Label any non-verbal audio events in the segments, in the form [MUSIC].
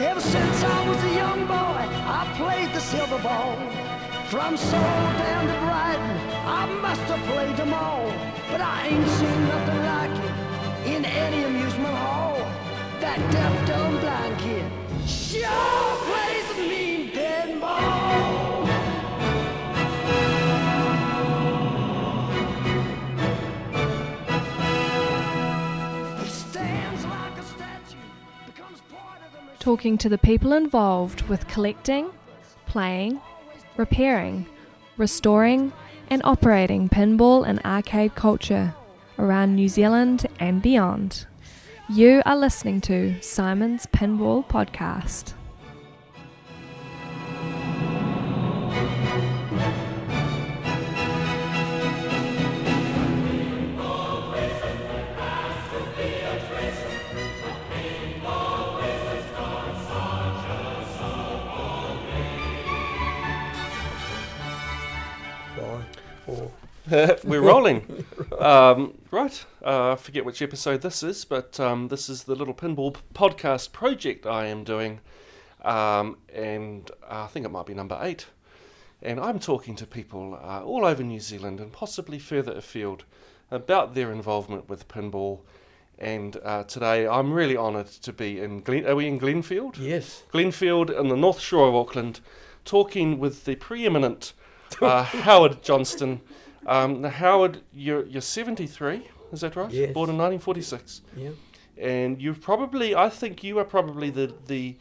Ever since I was a young boy, I played the silver ball. From Seoul down to Brighton, I must have played them all. But I ain't seen nothing like it in any amusement hall. That deaf, dumb, blind kid sure plays a mean dead ball. He stands like a statue, becomes part of the machine. talking to the people involved with collecting, playing, repairing, restoring, and operating pinball and arcade culture around New Zealand and beyond. You are listening to Simon's Pinball Podcast. Five, four. We're rolling. um, right. Uh, I forget which episode this is, but um, this is the little pinball p- podcast project I am doing. Um, and I think it might be number eight. And I'm talking to people uh, all over New Zealand and possibly further afield about their involvement with pinball. And uh, today I'm really honoured to be in Glen. Are we in Glenfield? Yes. Glenfield on the north shore of Auckland, talking with the preeminent uh, [LAUGHS] Howard Johnston. Um, now, Howard, you're, you're 73, is that right? Yes. Born in 1946. Yeah. And you've probably, I think you are probably the, the,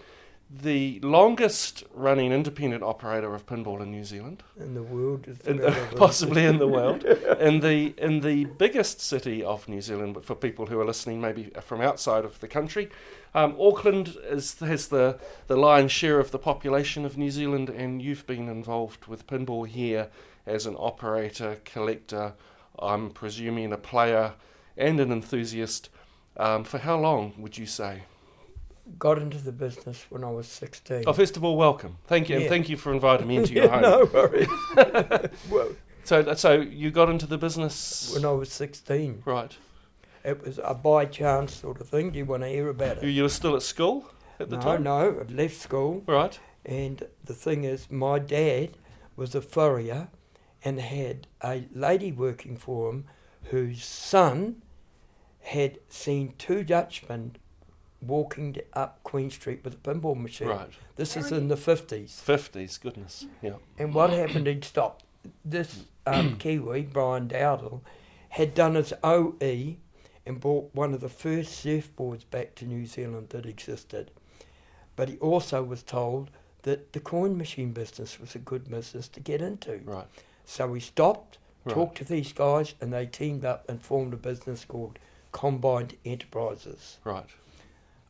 the longest running independent operator of pinball in New Zealand, In the world is in, about over- possibly in the [LAUGHS] world. In the, in the biggest city of New Zealand, but for people who are listening maybe from outside of the country, um, Auckland is, has the, the lion's share of the population of New Zealand, and you've been involved with pinball here as an operator, collector, I'm presuming a player and an enthusiast. Um, for how long would you say? Got into the business when I was 16. Oh, first of all, welcome. Thank you, and Yeah. thank you for inviting me into your [LAUGHS] Yeah, home. no worries. well, So, so you got into the business, when I was 16, right? it was a by chance sort of thing. Do you want to hear about You, it? you were still at school at the No, time, no, I'd left school. right? And the thing is, my dad was a furrier and had a lady working for him whose son had seen two Dutchmen walking d- up Queen Street with a pinball machine. Right. This is in the 50s. Fifties, goodness, yeah. And what happened, he'd stopped. This [CLEARS THROAT] um, Kiwi, Brian Dowdle, had done his OE and brought one of the first surfboards back to New Zealand that existed. But he also was told that the coin machine business was a good business to get into. Right. So he stopped, Right. talked to these guys, and they teamed up and formed a business called Combined Enterprises. Right.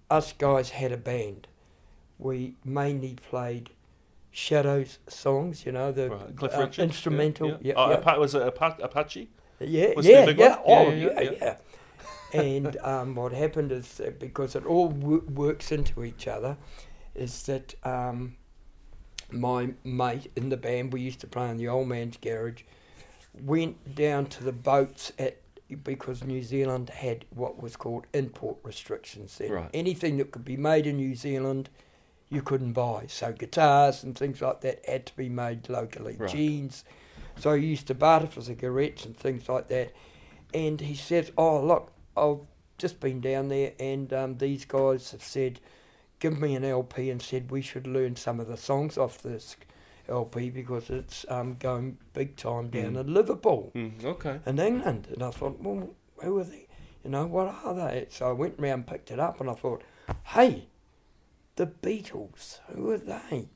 Us guys had a band. We mainly played Shadows songs, you know, the Right. Cliff uh, Richard, yeah, instrumental. Yeah. Yeah, Oh, yeah. Apa- was it Apa- Apache? Yeah, Was yeah, there a big yeah, one? oh, Yeah, yeah, yeah, yeah. and [LAUGHS] um, what happened is that because it all w- works into each other, is that um, my mate in the band we used to play in the old man's garage went down to the boats at because New Zealand had what was called import restrictions. Then Right. anything that could be made in New Zealand, you couldn't buy. So guitars and things like that had to be made locally. Right. Jeans. So he used to barter for cigarettes and things like that. And he says, "Oh look, I've just been down there, and um, these guys have said." give me an LP and said we should learn some of the songs off this LP because it's um, going big time down Mm. in Liverpool Mm, okay. in England. And I thought, well, who are they? You know, what are they? So I went round, picked it up, and I thought, hey, the Beatles, who [LAUGHS] are they?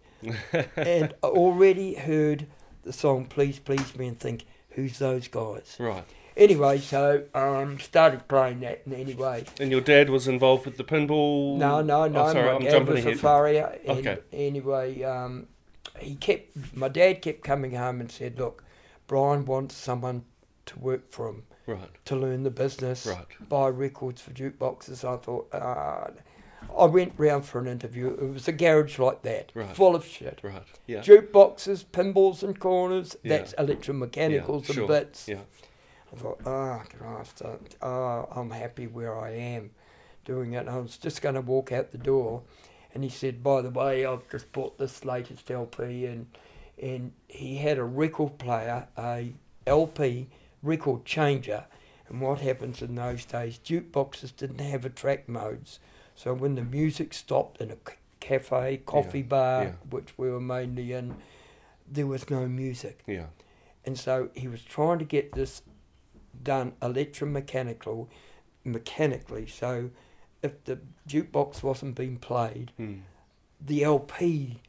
and I already heard the song Please Please Me and think, who's those guys? Right. Anyway, so um, started playing that, and anyway, And your dad was involved with the pinball. no, no, Oh, no. sorry, my I'm dad jumping was ahead. a farrier. And Okay. Anyway, um, he kept my dad kept coming home and said, "Look, Brian wants someone to work for him Right. to learn the business, Right. buy records for jukeboxes." I thought, ah. I went round for an interview. It was a garage like that, Right. full of shit. Right. Yeah. Jukeboxes, pinballs and corners. Yeah. That's electromechanicals Yeah, sure. and bits. Yeah. I thought, ah, Christ, uh, ah, I'm happy where I am doing it. I was just going to walk out the door, and he said, "By the way, I've just bought this latest LP," and and he had a record player, a LP record changer, and what happens in those days, jukeboxes didn't have a track modes, so when the music stopped in a c- cafe, coffee bar, yeah. which we were mainly in, there was no music. Yeah. And so he was trying to get this done electromechanical, mechanically. So if the jukebox wasn't being played, Mm. the LP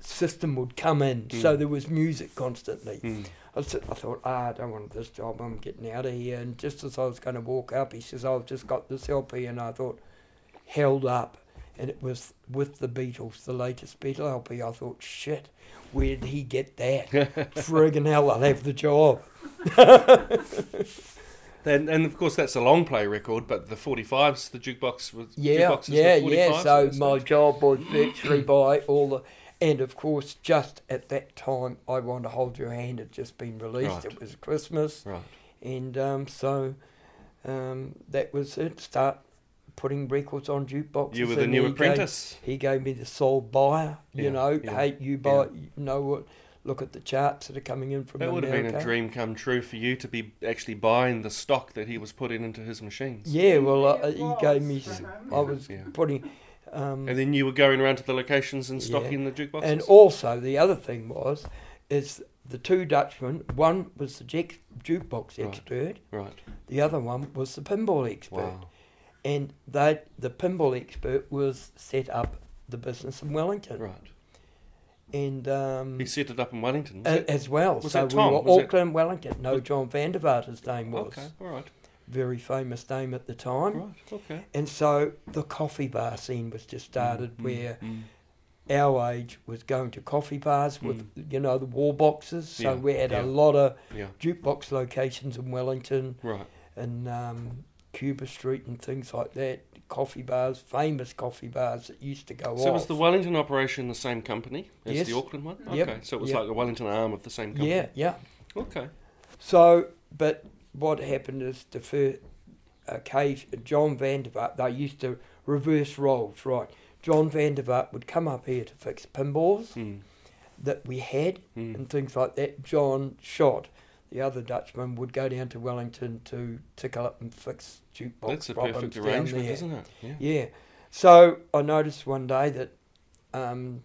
system would come in. So there was music constantly. Mm. I, was, I thought, ah, I don't want this job. I'm getting out of here. And just as I was going to walk up, he says, I've just got this LP. And I thought, held up. And it was with the Beatles, the latest Beatle LP. I thought, shit, where did he get that? Friggin' hell, I'll have the job. And, and of course that's a long play record, but the 45s, the jukebox was Yeah, jukeboxes yeah, were 45s yeah. at So that my stage. [COUGHS] job was virtually by all the, and of course, just at that time, I want to hold your hand had just been released. Right. It was Christmas, right. and um, so um, that was it. Start putting records on jukeboxes. You were the and new he gave- apprentice. he gave me the sole buyer. You Yeah, know, yeah, hey, you buy. You know what? Look at the charts that are coming in from That would America. have been a dream come true for you to be actually buying the stock that he was putting into his machines. Yeah, well, It uh, he was gave me. s- from- I was Yeah. putting. Um, And then you were going around to the locations and Yeah. stocking the jukeboxes. And also, the other thing was, is the two Dutchmen. One was the ju- jukebox Right. expert. right. The other one was the pinball expert. Wow. And they, the pinball expert was set up the business in Wellington, Right. and um, He set it up in Wellington. was a- it? as well. was so that Tom? we were Was it- Auckland, Wellington. No, was- John Vandervaart his name was Um, Okay. All right. very famous name at the time. Right. Okay. And so the coffee bar scene was just started, Mm, where mm, our age was going to coffee bars with you know the wall boxes. So Yeah, we had yeah. a lot of Yeah. jukebox locations in Wellington Right. and um, Cuba Street and things like that. Coffee bars, famous coffee bars that used to go So off. was the Wellington operation the same company as Yes. the Auckland one? Yep. Okay. So it was Yep. like the Wellington arm of the same company. yeah, yeah. Okay. So, but what happened is the first occasion, John Vandervaart, they used to reverse roles, right? John Vandervaart would come up here to fix pinballs Mm. that we had Mm. and things like that. John shot. The other Dutchman would go down to Wellington to tickle up and fix jukebox That's a problems perfect down arrangement, there. isn't it? Yeah. Yeah. So I noticed one day that um,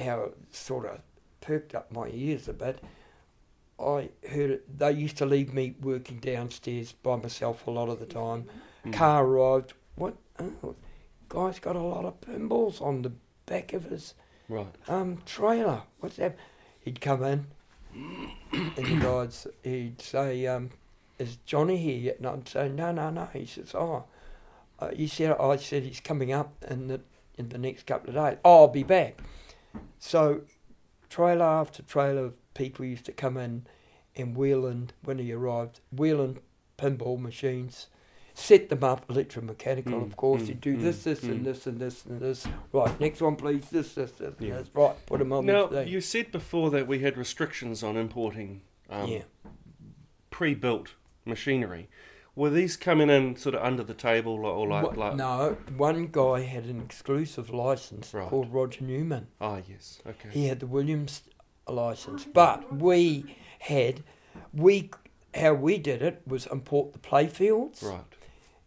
how it sort of perked up my ears a bit. I heard it, they used to leave me working downstairs by myself a lot of the time. Mm. Car arrived. What? Oh, guy's got a lot of pinballs on the back of his Right. um, trailer. What's that? He'd come in, and the guys, he'd say, um, "Is Johnny here yet?" And I'd say, "No, no, no." He says, "Oh," uh, he said, "I said he's coming up in the in the next couple of days. Oh, I'll be back." So, trailer after trailer of people used to come in, and Wheeland, when he arrived, Wheeland pinball machines. Set them up electromechanical, Mm, of course. mm, you do mm, this, this, mm. and this, and this, and this. Right, next one, please. This, this, this, and Yeah. this. Right, put them on Now the thing. you said before that we had restrictions on importing um, yeah. pre-built machinery. Were these coming in sort of under the table or like, What- like no, one guy had an exclusive license Right. called Roger Newman. Ah, yes, okay. He had the Williams license, but we had we how we did it was import the playfields Right.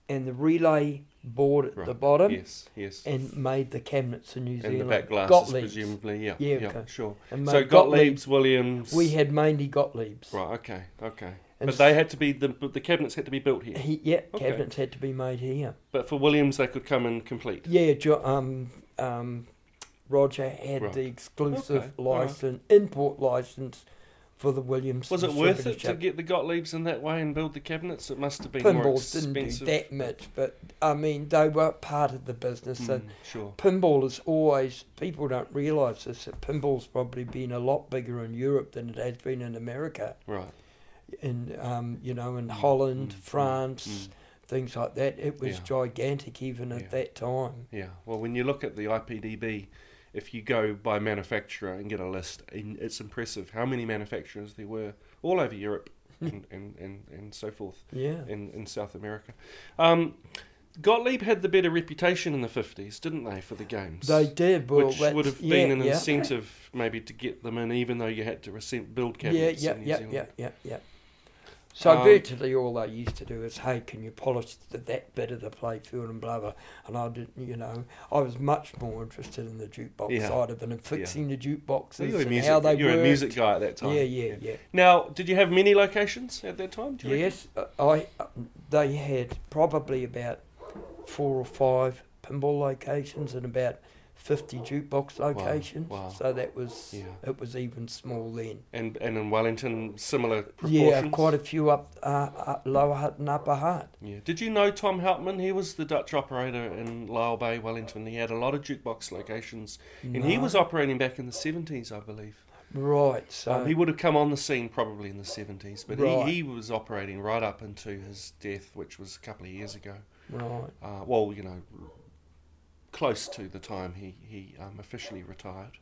and the relay board at Right. the bottom Yes. Yes. And, and made the cabinets in New Zealand. the back glasses, Gottlieb's. presumably. Yeah. Yeah, Yeah. okay. Sure. And So made Gottlieb's, Williams. We had mainly Gottlieb's. Right. Okay. Okay. And but they had to be the but the cabinets had to be built here. He, yeah, Okay. cabinets had to be made here. But for Williams, they could come and complete. Yeah, jo- um, um, Roger had Right. the exclusive Okay, all right. license, import license for the Williams. Was it worth it to distributorship. get the Gottliebs in that way and build the cabinets? It must have been more Pinballs expensive. didn't do that much, but I mean they were part of the business. And Mm, sure. pinball is always people don't realise this that pinball's probably been a lot bigger in Europe than it has been in America, Right. in um, you know in Mm, Holland, mm, mm, France, mm. things like that. It was Yeah. gigantic even at Yeah. that time. Yeah. Well, when you look at the IPDB, if you go by manufacturer and get a list, and it's impressive how many manufacturers there were all over [LAUGHS] Europe and, and, and, and so forth Yeah. in, in South America. Um, Gottlieb had the better reputation in the 50s, didn't they, for the games? They did. Well, which that's- would have yeah, been an yeah. incentive maybe to get them in, even though you had to resent build Yeah, cabinets yeah, in New yeah, Zealand. yeah, yeah, yeah. So Um, virtually all they used to do is, hey, can you polish th- that bit of the playfield and blah blah. And I didn't, you know, I was much more interested in the jukebox Yeah. side of it and fixing the So jukeboxes you were a and music, how they you were a worked. music guy at that time. Yeah, yeah, yeah. Now, did you have many locations at that time? Do you reckon? Yes, uh, I. uh, They had probably about four or five pinball locations and about fifty jukebox locations. wow. So that was Yeah. it was even small then. And, and in Wellington, similar proportions? Yeah, quite a few up uh, uh, Lower Hutt and Upper Hutt. Yeah. Did you know Tom Houtman? He was the Dutch operator in Lyle Bay, Wellington. He had a lot of jukebox locations, and he No. was operating back in the seventies, I believe. Right, so Um, he would have come on the scene probably in the seventies, but Uh, Right. he, he was operating right up into his death, which was a couple of years ago. right, Uh, well, you know, close to the time he he um, officially retired.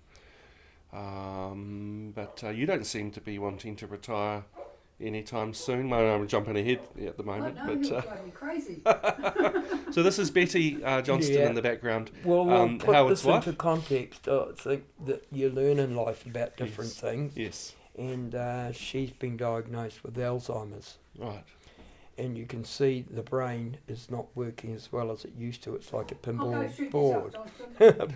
Um, but uh, you don't seem to be wanting to retire anytime soon. Well, I'm jumping ahead at the I moment, know, but. you'll Uh, drive [LAUGHS] me crazy. So this is Betty uh, Johnston Yeah. in the background. well, we'll Um, put Howard's this wife? into context. I think that you learn in life about different Yes. things, Yes. and uh, she's been diagnosed with Alzheimer's, Right. and you can see the brain is not working as well as it used to. It's like a I'll go pinball shoot board, yourself, Johnston.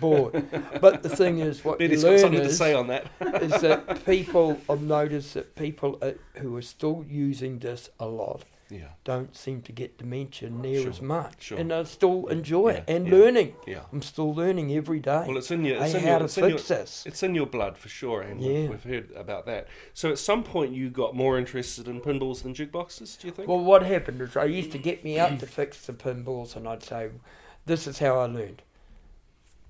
[LAUGHS] board. But the thing is, what Betty's you got learn something to is, say on that. is that people. I've noticed that people uh, who are still using this a lot Yeah. don't seem to get dementia near Sure, as much, sure. and I still enjoy it yeah, and yeah. learning. Yeah. I'm still learning every day. Well, it's in your. It's hey, in how your, to it's in your fix this? it's in your blood for sure, and Yeah. we've, we've heard about that. So at some point, you got more interested in pinballs than jukeboxes. Do you think? Well, what happened is I used to get me Mm. out to fix the pinballs, and I'd say, "This is how I learned: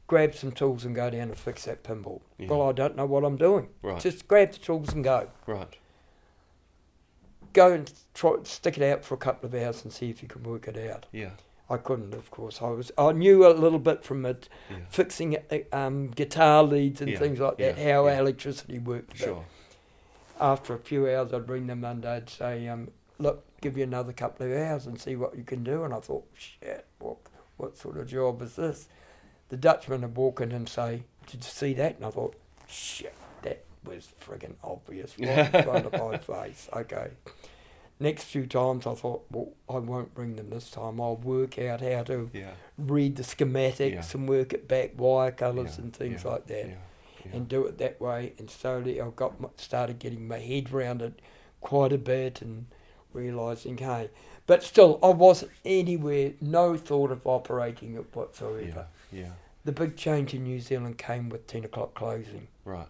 grab some tools and go down and fix that pinball." Yeah. Well, I don't know what I'm doing. right. Just grab the tools and go. right. Go and try stick it out for a couple of hours and see if you can work it out. Yeah. I couldn't, of course. I was I knew a little bit from it, Yeah. fixing uh, um, guitar leads and Yeah, things like that, yeah, how yeah. electricity worked. But Sure. after a few hours, I'd ring them and I'd say, um, "Look, give you another couple of hours and see what you can do." And I thought, "Shit, what, what sort of job is this?" The Dutchman would walk in and say, "Did you see that?" And I thought, "Shit, that was friggin' obvious right in front of [LAUGHS] my face." Okay. Next few times, I thought, "Well, I won't ring them this time. I'll work out how to Yeah. read the schematics Yeah. and work it back, wire colours yeah, and things yeah, like that." Yeah. yeah. and do it that way. And slowly I got my, started getting my head round it quite a bit and realizing, hey, but still I wasn't anywhere, no thought of operating it whatsoever. yeah. Yeah. The big change in New Zealand came with ten o'clock closing, Right.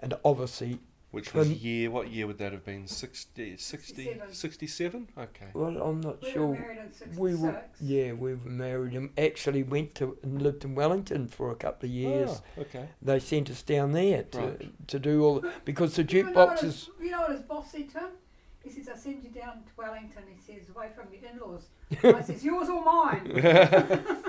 and obviously, Which was Pin- year? What year would that have been? 60, 60, 67. 67? Okay. well, I'm not [LAUGHS] We sure. were married in 66. we were, yeah, we were married and actually went to and lived in Wellington for a couple of years. Ah, okay. They sent us down there to, Right. to do all because the You know what jukeboxes. his- You know what his boss said to him? He says, I send you down to Wellington. He says, away from your in-laws. [LAUGHS] I says, yours or mine?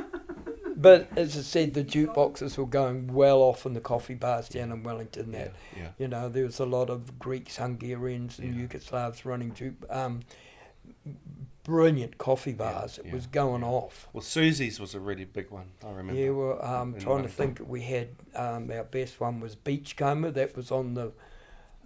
But as I said, the jukeboxes were going well off in the coffee bars down in Wellington. Yeah. That Yeah. you know, there was a lot of Greeks, Hungarians, and Yeah. Yugoslavs running juke, um, brilliant coffee bars. it yeah, was going yeah. off. Well, Susie's was a really big one. I remember. Yeah, well, um, In trying to Wellington. think. We had um, our best one was Beachcomber. That was on the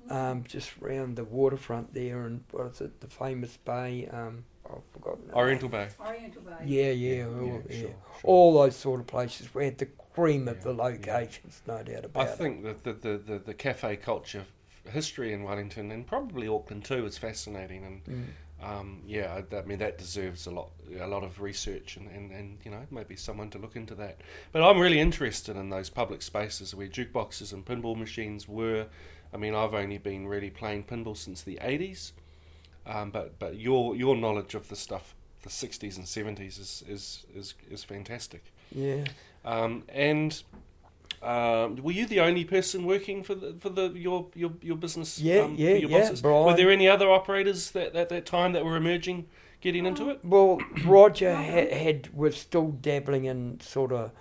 um, just round the waterfront there, and what is it? The famous bay. Um, I've forgotten. it. Oriental Bay. Oriental Bay. Yeah, yeah, all, yeah, yeah. sure, sure. all those sort of places. We had the cream of Yeah, the yeah. locations, no doubt about I it. think that the, the, the, the cafe culture f- history in Wellington and probably Auckland too is fascinating. And Mm. um, yeah, I, I mean that deserves a lot a lot of research and, and, and you know maybe someone to look into that. But I'm really interested in those public spaces where jukeboxes and pinball machines were. I mean, I've only been really playing pinball since the 80s. Um, but but your your knowledge of the stuff the 60s and 70s is is is, is fantastic. Yeah. Um, and um, were you the only person working for the, for the your your, your business? Yeah, um, for yeah, your yeah, bosses? Brian. Were there any other operators that at that time that were emerging, getting into it? Well, Roger had, had was still dabbling in sort of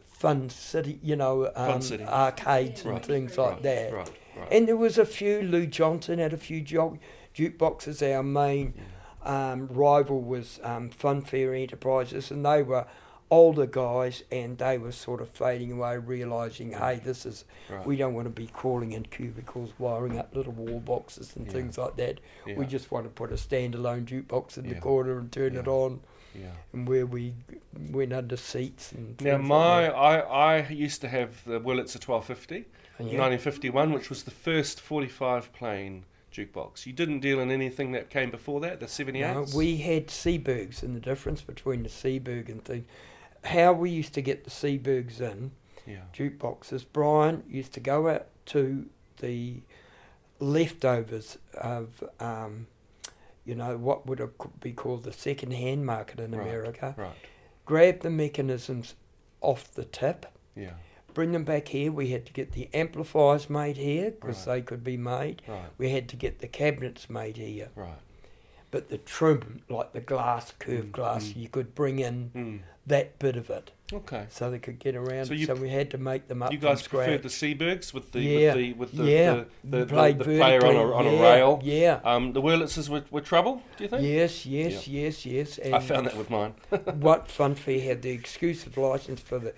fun city, you know, um, city. arcades and Right, things right, like that. Right, right. And there was a few. Lou Johnson had a few jog, jukeboxes. Our main um, rival was um, Funfair Enterprises, and they were older guys, and they were sort of fading away, realizing, hey, this is Right. we don't want to be crawling in cubicles, wiring up little wall boxes and Yeah. things like that. yeah, We just want to put a standalone jukebox in Yeah. the corner and turn it Yeah. on, yeah. and where we went under seats and Now things like my that. I, I used to have the Willits a 1250, Yeah. 1951, which was the first 45 plane jukebox. You didn't deal in anything that came before that, the 78. No, we had Seaburgs, and the difference between the Seaburg and thing, how we used to get the Seaburgs in yeah. jukeboxes. Brian used to go out to the leftovers of, um, you know, what would have c- be called the second-hand market in Right. America. Right. Grab the mechanisms off the tip, Yeah. bring them back here. We had to get the amplifiers made here because Right. they could be made. Right. We had to get the cabinets made here Right. but the trim, like the glass, curved Mm, glass, mm. you could bring in Mm. that bit of it Okay. so they could get around. So So, you- so we had to make them up You guys from scratch. preferred the Seabergs with the Yeah, with the with the, yeah, the, the, You the, played the player on a, vertically, on a yeah, rail. Yeah. Um, the Wurlitzers were, were trouble. Do you think? Yes, yes, yes, yes. And I found that with mine. what Funfair had the exclusive license for the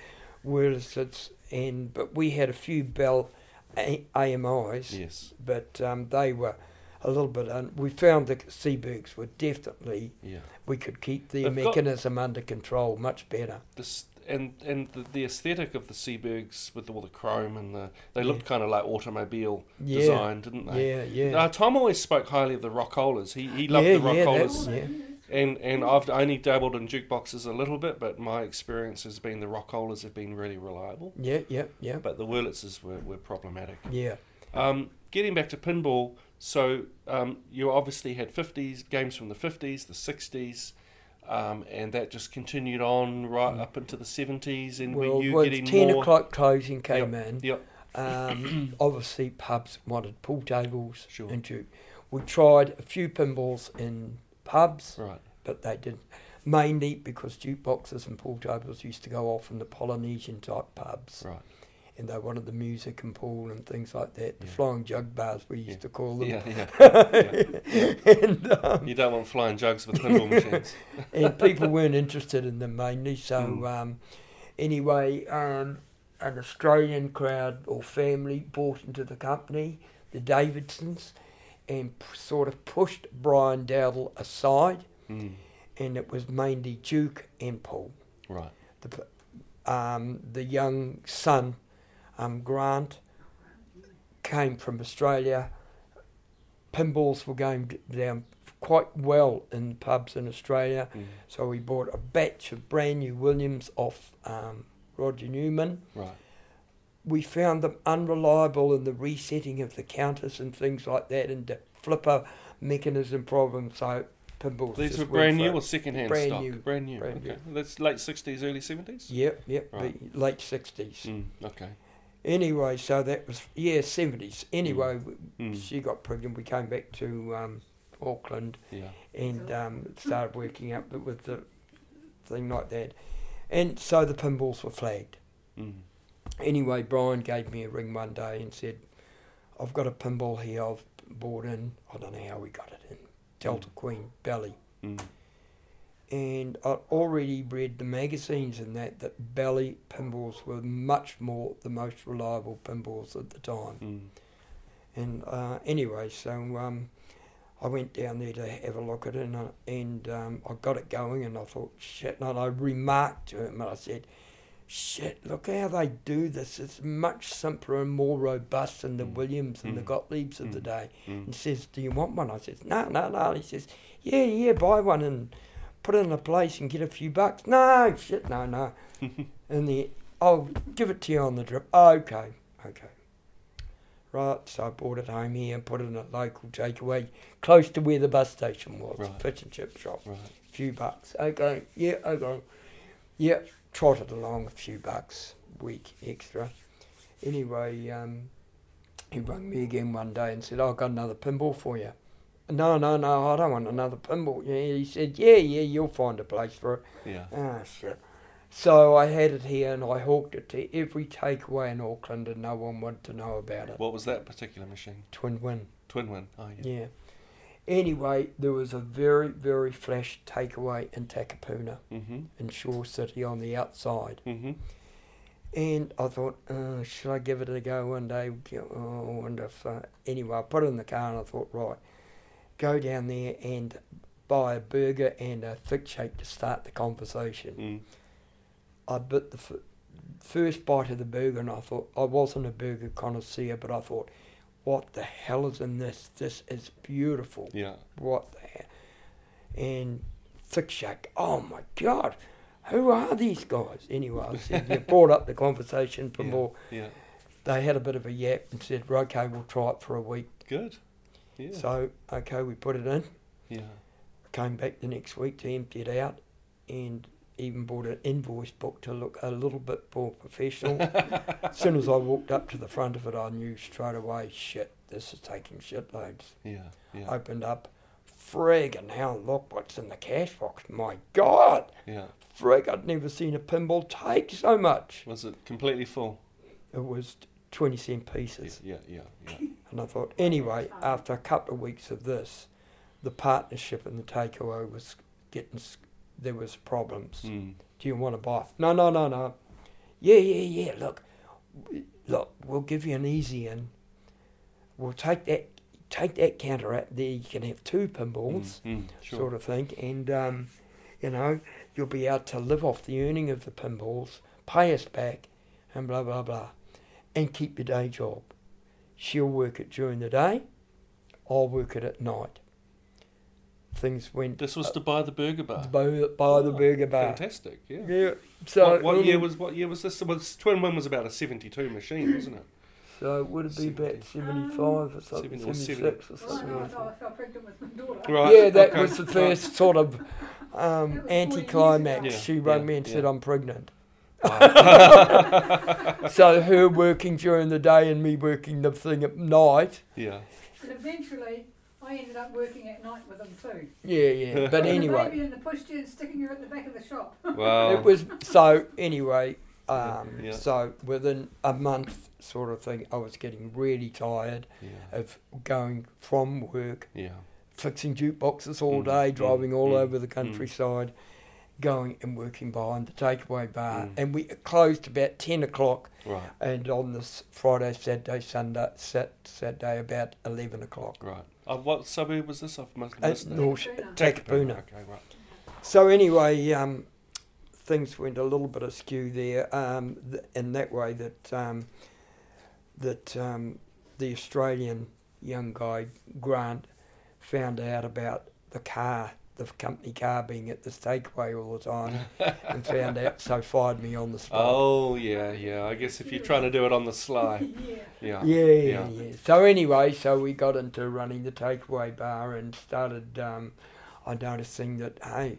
Wurlitz and but we had a few Bell a- AMIs, Yes. but um, they were a little bit. Un- we found the Seabergs were definitely Yeah. we could keep their They've got- mechanism under control much better. This and and the, the aesthetic of the Seabergs with all the chrome and the they Yeah. looked kind of like automobile Yeah. design, didn't they? Yeah, yeah. Uh, Tom always spoke highly of the Rockolas. He he loved Yeah, the yeah, that- Rockolas, yeah. and and I've only dabbled in jukeboxes a little bit, but my experience has been the Rockolas have been really reliable, Yeah, yeah, yeah, but the Wurlitzers were, were problematic. yeah. Um, getting back to pinball, so um, you obviously had 50s games from the 50s, the 60s, um, and that just continued on right up into the 70s. And Mm. Well, were you well, getting ten more? o'clock closing came in. Yep. [CLEARS THROAT] Um, obviously, pubs wanted pool tables Sure. and ju- We tried a few pinballs in pubs, Right. but they didn't. Mainly because jukeboxes and pool tables used to go off in the Polynesian type pubs, Right. and they wanted the music and pool and things like that. The Yeah. flying jug bars we used Yeah. to call them. Yeah. yeah. yeah. [LAUGHS] and, um, You don't want flying jugs with [LAUGHS] pinball machines. and people weren't interested in them mainly. So Mm. um, anyway, um, an Australian crowd or family bought into the company, the Davidsons, and p- sort of pushed Brian Dowdle aside, Mm. and it was mainly Duke and Paul. Right. The, p- um, the young son, um, Grant, came from Australia. Pinballs were going d- down quite well in pubs in Australia. Mm. So we bought a batch of brand new Williams off um, Roger Newman. Right. We found them unreliable in the resetting of the counters and things like that, and the flipper mechanism problem. So pinballs. These just were brand went for new it. or secondhand Brand stock? new. Brand new. Brand okay. That's late 60s, early 70s? Yep, yep. Right. The late sixties. Mm. Okay. Anyway, so that was yeah seventies. Anyway, w Mm. she got pregnant. We came back to um, Auckland Yeah. and um, started working up with the thing like that, and so the pinballs were flagged. Mm. Anyway, Brian gave me a ring one day and said, I've got a pinball here I've bought in. I don't know how we got it in. Delta Queen Belly. Mm. And I'd already read the magazines and that, that Belly pinballs were much more the most reliable pinballs at the time. Mm. And uh, anyway, so um, I went down there to have a look at it, and, I, and um, I got it going, and I thought, shit. And I remarked to him, and I said, shit, look how they do this. It's much simpler and more robust than the Mm. Williams and the Mm. Gottliebs of the Mm. day. Mm. And says, do you want one? I says, no, no, no. He says, yeah, yeah, buy one and put it in a place and get a few bucks. No, shit, no, no. [LAUGHS] And the I'll give it to you on the drip. Okay, okay. Right, so I brought it home here and put it in a local takeaway close to where the bus station was, Right. fish and chip shop. Right. few bucks. Okay, yeah, okay. Yeah, trotted along a few bucks, week extra. Anyway, um, he rang me again one day and said, I've got another pinball for you. No, no, no, I don't want another pinball. Yeah, he said, yeah, yeah, you'll find a place for it. Yeah. Ah, shit. So I had it here and I hawked it to every takeaway in Auckland and no one wanted to know about it. What was that particular machine? Twin Win, Twin Win. Oh, yeah. yeah. Anyway, there was a very, very flash takeaway in Takapuna, Mm-hmm. in Shore City on the outside. Mm-hmm. And I thought, oh, should I give it a go one day? Oh, I wonder if. Uh, anyway, I put it in the car and I thought, right, go down there and buy a burger and a thick shake to start the conversation. Mm. I bit the f- first bite of the burger and I thought, I wasn't a burger connoisseur, but I thought, what the hell is in this? This is beautiful. Yeah. What the hell? And Thick Shack, oh my God, who are these guys? Anyway, I said, [LAUGHS] you brought up the conversation for Yeah. more. Yeah. They had a bit of a yap and said, "Right, okay, we'll try it for a week. Good. Yeah. So, okay, we put it in. yeah. Came back the next week to empty it out and even bought an invoice book to look a little bit [LAUGHS] more professional. as soon as I walked up to the front of it, I knew straight away, shit, this is taking shitloads. Yeah. Yeah. Opened up, friggin' hell, look what's in the cash box. My God, yeah. frig, I'd never seen a pinball take so much. Was it completely full? It was 20 cent Yeah. pieces. Yeah. Yeah. [LAUGHS] yeah. Mm, And I thought, anyway, after a couple of weeks of this, the partnership and the takeaway was getting, s- there was problems. Mm. Do you want to buy? No, no, no, no. Yeah, yeah, yeah. Look, w- look, we'll give you an easy in. We'll take that, take that counter out there. You can have two pinballs, Mm. Sure. sort of thing, and um, you know, you'll be able to live off the earning of the pinballs, pay us back, and blah blah blah, and keep your day job. She'll work it during the day. I'll work it at night. Things went This was to buy the burger bar. by, by uh, the Oh, burger bar. Fantastic. Yeah. Yeah. So what, what any- year was what year was this? Was Twin One was about a seventy-two machine, wasn't it? So it would it be about 75 or something, 70, 76 or Well, I something know I like thought that. I fell pregnant with my daughter. Right. Yeah, that okay. was the Right. first sort of um, That was anticlimax. forty years ago. she Yeah, rang me yeah, and said, yeah. I'm pregnant. [LAUGHS] [LAUGHS] so her working during the day and me working the thing at night. Yeah. And eventually, I ended up working at night with them too. Yeah, yeah. But With the anyway, baby in the pushchair and sticking her at the back of the [LAUGHS] shop. Wow. [LAUGHS] it was so anyway. Um, Oh. Yeah. So within a month, sort of thing, I was getting really tired Yeah. of going from work Yeah. fixing jukeboxes all Mm, day, mm, driving all mm, over the countryside, going and working behind the takeaway bar. Mm. And we closed about 10 o'clock, Right. and on this Friday, Saturday, Sunday, Sat, Saturday, about 11 o'clock. Right. Uh, what suburb was this? I've must have At missed that. North Takapuna. Takapuna. Okay. Right. So, anyway, um, things went a little bit askew there um, th- in that way that, um, that um, the Australian young guy, Grant, found out about the car, the company car being at this takeaway all the time and found out, so fired me on the spot. Oh yeah, yeah. I guess if you're trying to do it on the [LAUGHS] sly. yeah. Yeah. Yeah, yeah, Uh, Yeah. So anyway, so we got into running the takeaway bar and started. Um, I noticing that hey,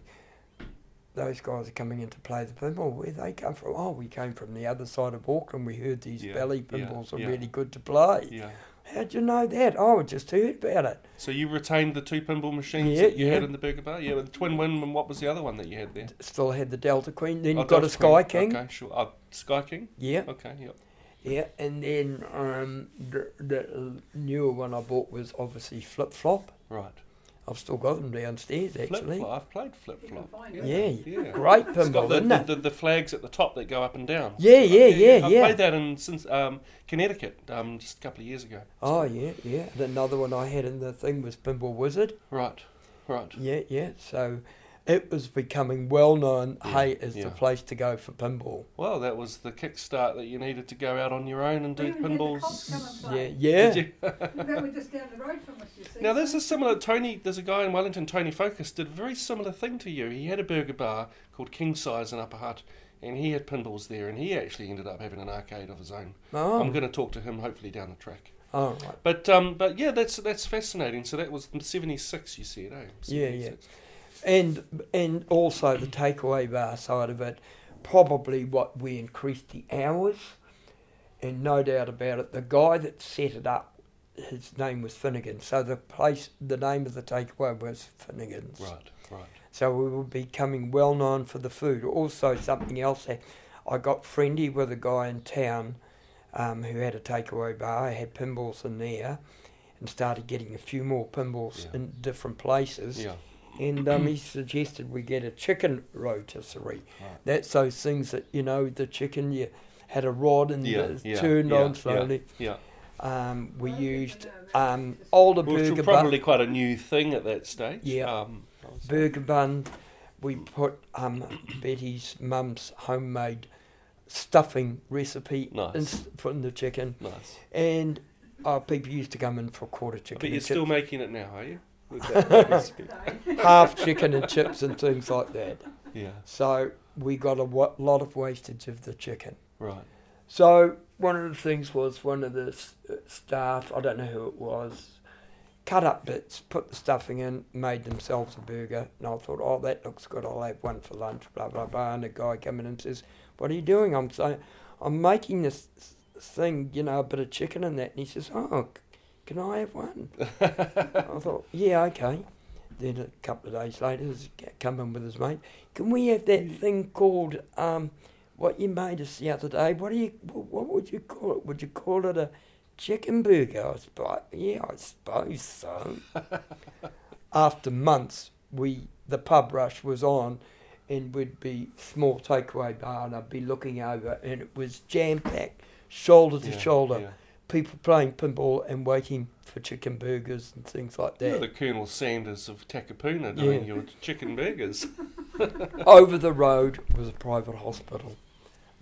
those guys are coming in to play the pinball. Where they come from? Oh, we came from the other side of Auckland. We heard these Yeah, belly yeah, pinballs are yeah. really good to play. Yeah. How'd you know that? Oh, I just heard about it. So you retained the two pinball machines Yeah, that you had yeah. in the burger bar. Yeah. The Twin Win and what was the other one that you had there? Still had the Delta Queen. Then Oh, got Dodge a Sky Queen. King. Okay. Sure. Oh, Sky King. Yeah. Okay. Yep. Yeah, and then um, the, the newer one I bought was obviously Flip Flop. Right. I've still got them downstairs Flip actually. flop. I've played flip You can flop. find it. Yeah, Yeah. great It's got pinball, the, isn't the, it? the, the flags at the top that go up and down. Yeah, yeah, yeah, I yeah. played that in since um, Connecticut um, just a couple of years ago. Oh yeah, yeah. And another one I had in the thing was Pinball Wizard. Right, right. Yeah, yeah. So it was becoming well known. Yeah, hey, is yeah. the place to go for pinball. Well, that was the kickstart that you needed to go out on your own and do We even had the cops pinballs. come and Yeah, play. yeah. Did you- They were just down the road from us, you see. Now, this is similar. Tony, there's a guy in Wellington, Tony Focus, did a very similar thing to you. He had a burger bar called King Size in Upper Hutt, and he had pinballs there, and he actually ended up having an arcade of his own. Oh, I'm going to talk to him hopefully down the track. all right. But um, but yeah, that's that's fascinating. So that was '76, you said, eh? Yeah, yeah. 76. And and also the takeaway bar side of it, probably what we increased the hours, and no doubt about it, the guy that set it up, his name was Finnegan. So the place, the name of the takeaway was Finnegan's. Right, right. So we were becoming well known for the food. Also, something else that I got friendly with a guy in town um, who had a takeaway bar. I had pinballs in there, and started getting a few more pinballs Yeah. in different places. Yeah. And um, he suggested we get a chicken rotisserie. Right. That's those things that, you know, the chicken you had a rod and Yeah, it yeah, turned yeah, on yeah. slowly. Yeah. Um, we Well, used you know, that's um, just- older Which burger was bun. probably quite a new thing at that stage. Yeah. Um, I was- burger bun. We put um, Betty's mum's homemade stuffing recipe Nice. in, s- from the chicken, nice. and our people used to come in for a quarter chicken, But you're and still chips, making it now, are you? With [LAUGHS] that recipe. half chicken and chips and things like that. [LAUGHS] yeah. So we got a wa- lot of wastage of the chicken. Right. So one of the things was one of the s- uh, staff, I don't know who it was, cut up bits, put the stuffing in, made themselves a burger, and I thought, oh, that looks good. I'll have one for lunch. Blah blah blah. And a guy came in and says, "What are you doing?" I'm saying, "I'm making this s- thing, you know, a bit of chicken and that." And he says, "Oh, c- can I [LAUGHS] have one?" I thought, "Yeah, okay." Then a couple of days later, he's c- come in with his mate. Can we have that Mm. thing called um, what you made us the other day? What do you? wh- What would you call it? Would you call it a chicken burger? I suppose. Yeah, I [LAUGHS] suppose so. After months, we the pub rush was on, and we'd be small takeaway bar, and I'd be looking over, and it was jam packed, shoulder to Yeah, shoulder, yeah. people playing pinball and waiting for chicken burgers and things like You're that. the Colonel Sanders of Takapuna doing Yeah. your chicken [LAUGHS] burgers. Over the road was a private hospital.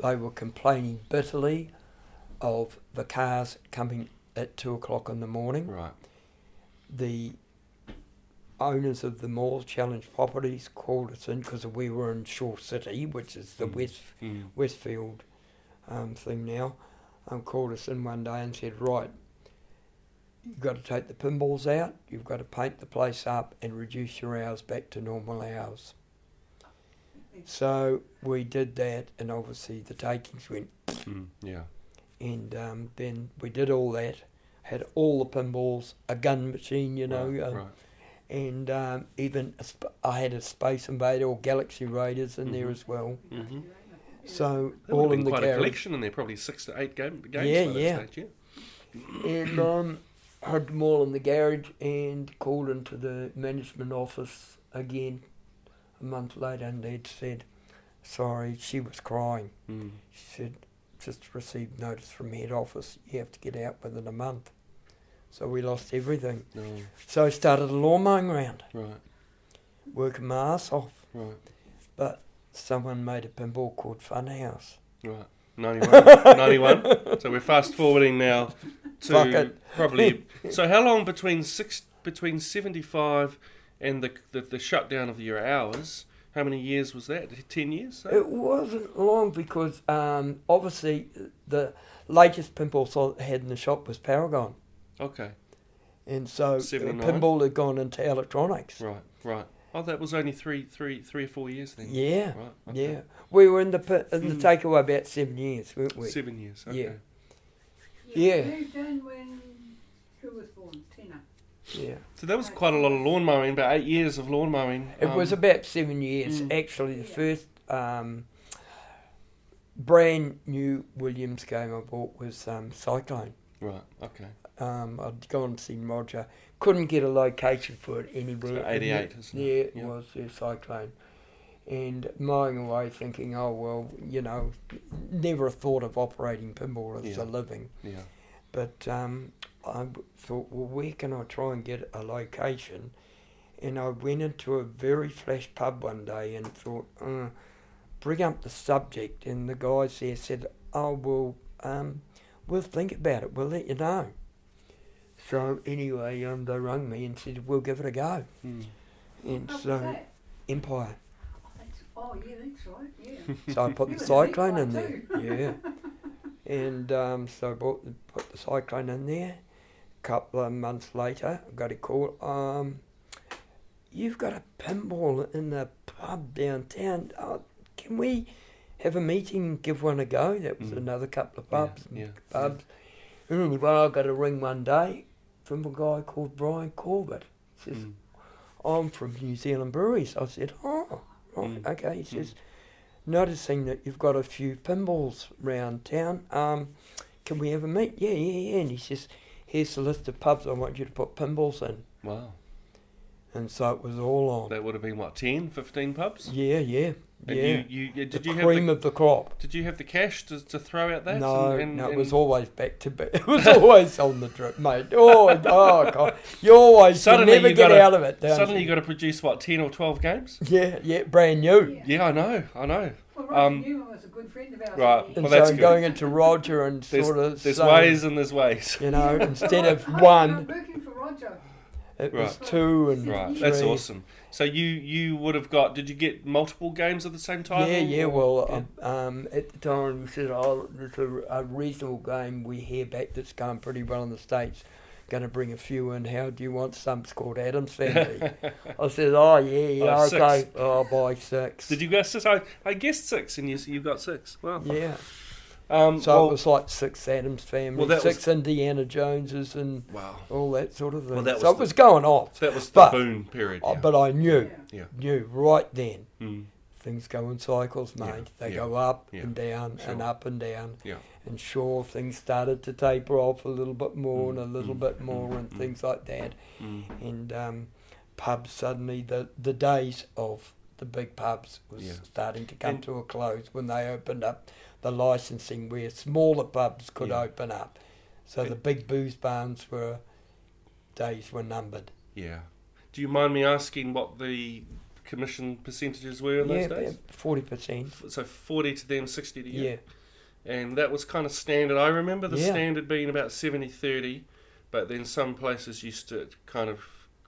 They were complaining bitterly of the cars coming at two o'clock in the morning. Right. The owners of the mall challenged properties called us in because we were in Shore City, which is the Mm. West Mm. Westfield um, thing now, um, called us in one day and said, right, you've got to take the pinballs out, you've got to paint the place up and reduce your hours back to normal hours. So we did that, and obviously the takings went, Mm. Yeah. and um, then we did all that, had all the pinballs, a gun machine, you know, Right, um, right. and um, even a sp- I had a Space Invader or Galaxy Raiders in there Mhm. as well. Mhm. So There would all have in been the quite a garage. collection in there, probably six to eight game, games Yeah, by that yeah. stage, and um, had them all in the garage and called into the management office again a month later and they'd said, sorry, she was crying. yeah. Mm. She said, just received notice from head office, you have to get out within a month. So we lost everything. No. So I started a lawn mowing round, Right, working my ass off. right, But someone made a pinball called Funhouse. [LAUGHS] right. 91. 91. So we're fast forwarding now to Fuck it. [LAUGHS] probably. So how long between six between 75 and the, the the shutdown of your hours? How many years was that? 10 years? so? It wasn't long because um, obviously the latest pinball I had in the shop was Paragon. Okay. And so uh, 79. pinball had gone into electronics. Right, right. Oh, that was only three, three, three or four years then. Yeah, Right. okay. yeah. We were in the pi- in the Mm. takeaway about seven years, weren't we? Seven years. Okay. Yeah. You Yeah. Moved in when who was born? Tina. Yeah. So that was quite a lot of lawn mowing. About eight years of lawn mowing. It was um, about seven years. Mm. Actually, the Yeah. first um, brand new Williams game I bought was um, Cyclone. right. Okay. Um, I'd gone and seen Roger. Couldn't get a location for it anywhere. So 88, isn't yeah, it? it Yeah. was yeah, Cyclone. And mowing away, thinking, oh well, you know, never thought of operating pinball as Yeah. a living. Yeah. But um, I w- thought, well, where can I try and get a location? And I went into a very flash pub one day and thought, uh, bring up the subject. And the guys there said, oh, well, um, we'll think about it. We'll let you know. So anyway, um, they rang me and said, we'll give it a go. Mm. And How was so, that? Empire. Oh, that's- Oh yeah, that's right. [LAUGHS] Yeah. So I put the You were the big cyclone in one there. Yeah. And um, so I bought, the- put the cyclone in there. A couple of months later, I got a call. Um, you've got a pinball in the pub downtown. Uh, can we have a meeting and give one a go? That was Mm. another couple of Yeah, pubs. and yeah, Pubs. Anyway, I got a ring one day from a guy called Brian Corbett. He says, Mm. I'm from New Zealand Breweries. I said, Oh, right, Mm. okay. He says, Noticing that you've got a few pinballs round town, um, can we have a meet? Yeah, yeah, yeah. And he says, here's the list of pubs I want you to put pinballs in. Wow. And so it was all on. That would have been what 10, 15 pubs. Yeah, yeah, And yeah. you, you, yeah, did the you have cream the, of the crop. did you have the cash to, to throw out that? No, and- and- no, it and- was always back to back. [LAUGHS] It was always on the drip, mate. Oh, oh God, you always Suddenly you never you get gotta- out of it. don't Suddenly you got to produce what ten or twelve games. Yeah, yeah, brand new. Yeah. Yeah, I know, I know. Well, Um, Roger Newman was a good friend of ours. right. wasn't And he? Well, that's so good. going [LAUGHS] into Roger and There's, sort of there's saying, ways and there's ways. you know, instead of I- I one, remember working for Roger. it was Right. two and Right, three. that's awesome. So you you would have got? Did you get multiple games of the same title? Yeah, yeah. or- Well, yeah. Um, at the time we said, "Oh, it's a, a reasonable game. We hear back that's going pretty well in the states. Going to bring a few in. How do you want some called Adam's Family?" [LAUGHS] I said, "Oh yeah, yeah, Oh, okay. six. Oh, by six. Did you guess six? I, I guessed six, and you you got six. Wow. Yeah. Um, So well, it was like six Adam's Family, Well, that six Indiana Joneses, and wow. all that sort of thing. that so was it the- was going off. So that was the But- boom period. Oh, yeah. But I knew, Yeah. knew right then. Mm. Things go in cycles, Yeah, mate. They yeah, go up yeah, and down and sure. up and down. Yeah. And sure, things started to taper off a little bit more Mm, and a little mm, bit more mm, and mm. things like that. Mm. And um, pubs suddenly, the, the days of the big pubs was Yeah. starting to come And- to a close when they opened up the licensing where smaller pubs could Yeah. open up. So the And- big booze barns were, days were numbered. Yeah. Do you mind me asking what the commission percentages were in yeah, those days? about 40%. F- So forty to them, sixty to you. Yeah. and that was kind of standard. I remember the Yeah. standard being about 70 30, but then some places used to kind of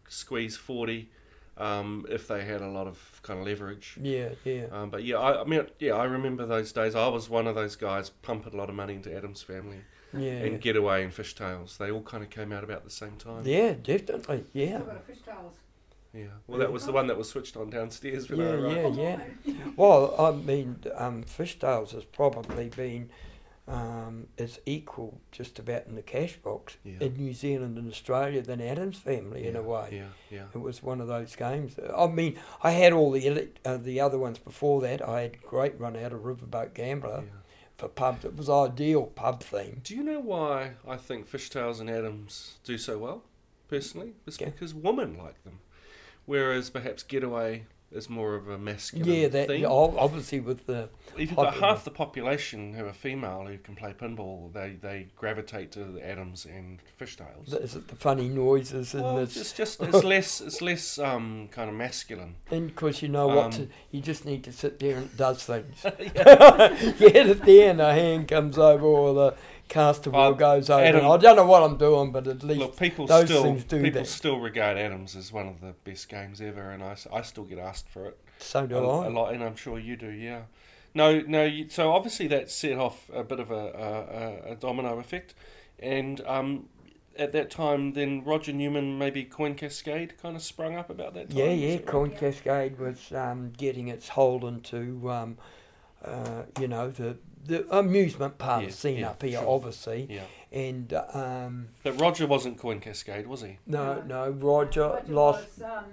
squeeze 40 um, if they had a lot of kind of leverage. Yeah, yeah. Um, but yeah, I, I mean, yeah, I remember those days. I was one of those guys pumping a lot of money into Adam's family Yeah. and Getaway and Fishtails. They all kind of came out about the same time. Yeah, definitely. Yeah. Still got a fish towels. Yeah. Well, that was the one that was switched on downstairs when I Yeah, arrived. yeah, yeah. Well, I mean, um, Fishtails has probably been um, is equal just about in the cash box Yeah. in New Zealand and Australia than Adam's Family in a way. Yeah, yeah. It was one of those games. I mean, I had all the ele- uh, the other ones before that. I had great run out of Riverboat Gambler yeah. for pubs. It was ideal pub theme. Do you know why I think Fishtails and Adams do so well, personally? It's Yeah. because women like them. Whereas perhaps Getaway is more of a masculine Yeah, that theme. yeah, ob- obviously with the If you've got popular. half the population who are female who can play pinball, they, they gravitate to the Adams and Fishtails. the, is it the funny noises and well, the it's [LAUGHS] just it's less it's less um, kind of masculine. And of course, you know what to, Um, you just need to sit there and it [LAUGHS] does things. [LAUGHS] you hit it there and a hand comes over or the caster wheel Well, goes over. Adam- I don't know what I'm doing, but at least Look, people those still things do people that. still regard Adams as one of the best games ever, and I, s- I still get asked for it. so do a, I. a lot, and I'm sure you do. Yeah. No, no. You, so obviously that set off a bit of a, a, a- a domino effect, and um, at that time, then Roger Newman, maybe Coin Cascade, kind of sprung up about that time. Yeah, is yeah. that right? Coin Cascade was um, getting its hold into, um, uh, you know, the, the amusement part Yeah, scene yeah, up here, sure. obviously. Yeah, And um, but Roger wasn't Coin Cascade, was he? no, no, Roger Roger lost was, um,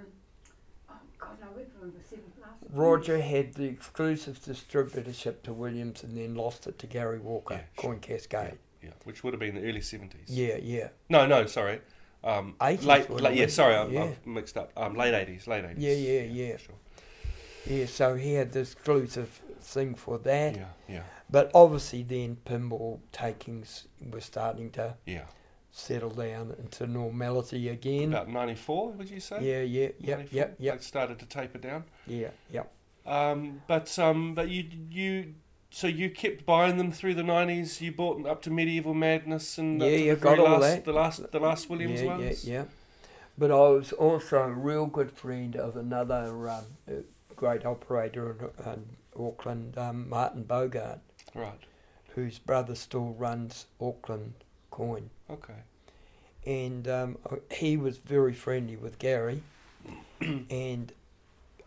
oh God, no, we remember seven last. Roger had the exclusive distributorship to Williams and then lost it to Gary Walker, Yeah, Coin Cascade. Yeah, which would have been the early seventies. Yeah, yeah. No, no, sorry. Um, 80s late, would late, have yeah, been, sorry, I'm, yeah. I've mixed up. Um, late eighties, late eighties. Yeah, yeah, yeah. Sure. Yeah, so he had the exclusive thing for that. Yeah, yeah, But obviously then pinball takings were starting to yeah. settle down into normality again. About ninety four, would you say? Yeah, yeah, yep, 94? yep, yep, It started to taper down. yeah, yep. Um, but um, but you you so you kept buying them through the nineties. You bought them up to Medieval Madness and up Yeah, to yeah, the very got all last, that. the last the last Williams yeah, ones. Yeah, yeah. But I was also a real good friend of another um, uh, great operator in, in Auckland, um, Martin Bogart, Right. whose brother still runs Auckland Coin. Okay. and um, uh, he was very friendly with Gary. and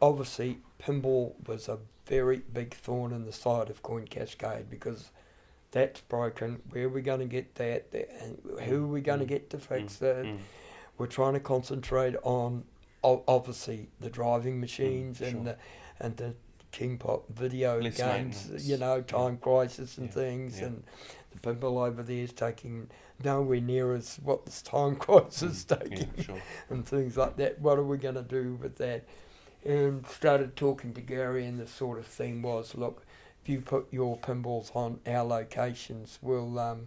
obviously, pinball was a very big thorn in the side of Coin Cascade because that's broken. Where are we going to get that? That- And who are we going to Mm. get to fix it? Mm. We're trying to concentrate on o- obviously the driving machines Mm, sure. and the and the teen pop video Less games, maintenance. you know, Time Crisis and Yeah, things, yeah. and the people over there is taking nowhere near as what this Time [LAUGHS] Crisis is taking Mm. Yeah, sure. [LAUGHS] and things like that. What are we going to do with that? And started talking to Gary, and the sort of thing was, look, if you put your pinballs on our locations, we'll um,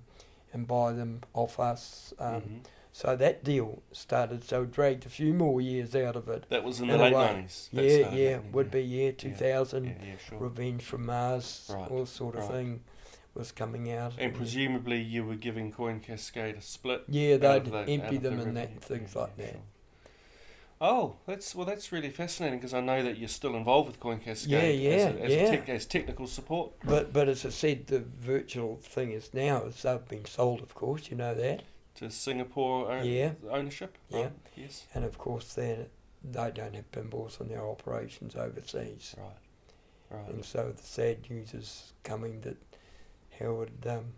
and buy them off us. Um, Mhm. So that deal started. So dragged a few more years out of it. That was in the in a late way. 90s. that yeah, started yeah, happening, would be yeah, two thousand, Yeah, yeah, sure. Revenge from Mars, Right, all sort of right. thing, was coming out. And presumably you were giving Coin Cascade a split. yeah, out of they'd the- out empty of the them and revenue. that and things Yeah, like yeah, that. sure. Oh, that's well. That's really fascinating because I know that you're still involved with Coin Cascade. Yeah, as, a, yeah, as, yeah. A tech, as technical support. But but as I said, the virtual thing is now is they've been sold, of course, you know that, to Singapore own, Yeah. ownership. Yeah. Right, Yes. and of course they they don't have pinballs in their operations overseas, Right. Right. and so the sad news is coming that Howard, um,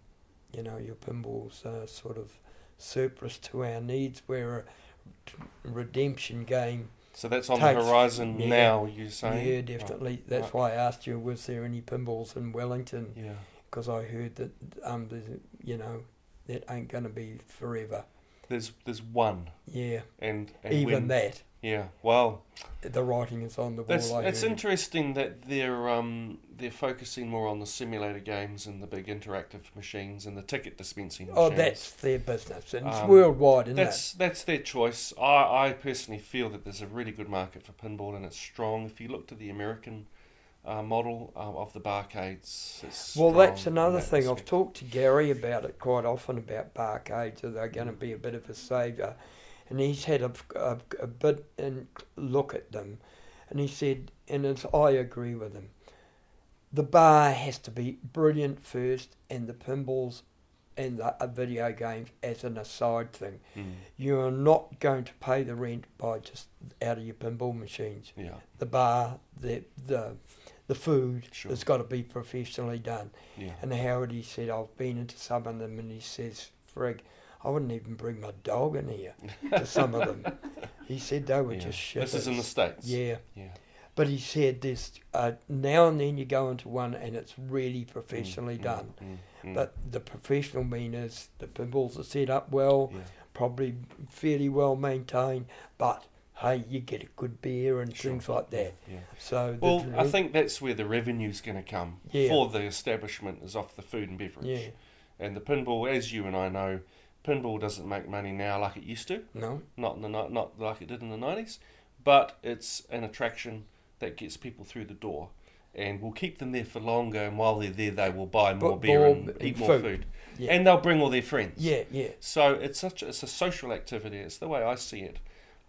you know, your pinballs are sort of surplus to our needs. We're a redemption game. So that's on Takes- the horizon yeah. now. You're saying. Yeah, Right, definitely. That's right. why I asked you, was there any pinballs in Wellington? Yeah. Because I heard that um, there's- you know, that ain't gonna be forever. There's there's one Yeah. and, and even when, that Yeah. Wow. the writing is on the That's wall. I that's heard. interesting that they're um they're focusing more on the simulator games and the big interactive machines and the ticket dispensing. Oh, machines. that's their business, and it's Um, worldwide, isn't it? That's that's their choice. I, I personally feel that there's a really good market for pinball and it's strong. If you look to the American uh, model uh, of the barcades, it's Well, that's strong in another that thing. I've respect. talked to Gary about it quite often about barcades. Are they going to be a bit of a saviour? And he's had a, a, a bit and look at them, and he said, and it's, I agree with him. The bar has to be brilliant first, and the pinballs and the uh, video games as an aside thing. Mm, You're not going to pay the rent by just out of your pinball machines. yeah, The bar, the the the food, Sure. it's got to be professionally done. yeah. And Howard, he said, I've been into some of them, and he says, Frig, I wouldn't even bring my dog in here to some of [LAUGHS] them. He said they were yeah. just shit. This is in the states. Yeah, yeah. Mm, but he said this uh, now and then you go into one and it's really professionally Mm, done. mm, mm, But the professional mean is the pinballs are set up well, yeah. probably fairly well maintained, but hey, you get a good beer and Sure. things like that. Yeah. So the Well, I drink- think that's where the revenue's going to come Yeah. for the establishment is off the food and beverage. yeah, And the pinball, as you and I know, pinball doesn't make money now like it used to. no, not in the ni- not like it did in the nineties, but it's an attraction that gets people through the door, and will keep them there for longer. And while they're there, they will buy more Bu- beer more and b- eat more food. food, Yeah. and they'll bring all their friends. yeah, yeah, So it's such it's a social activity. It's the way I see it.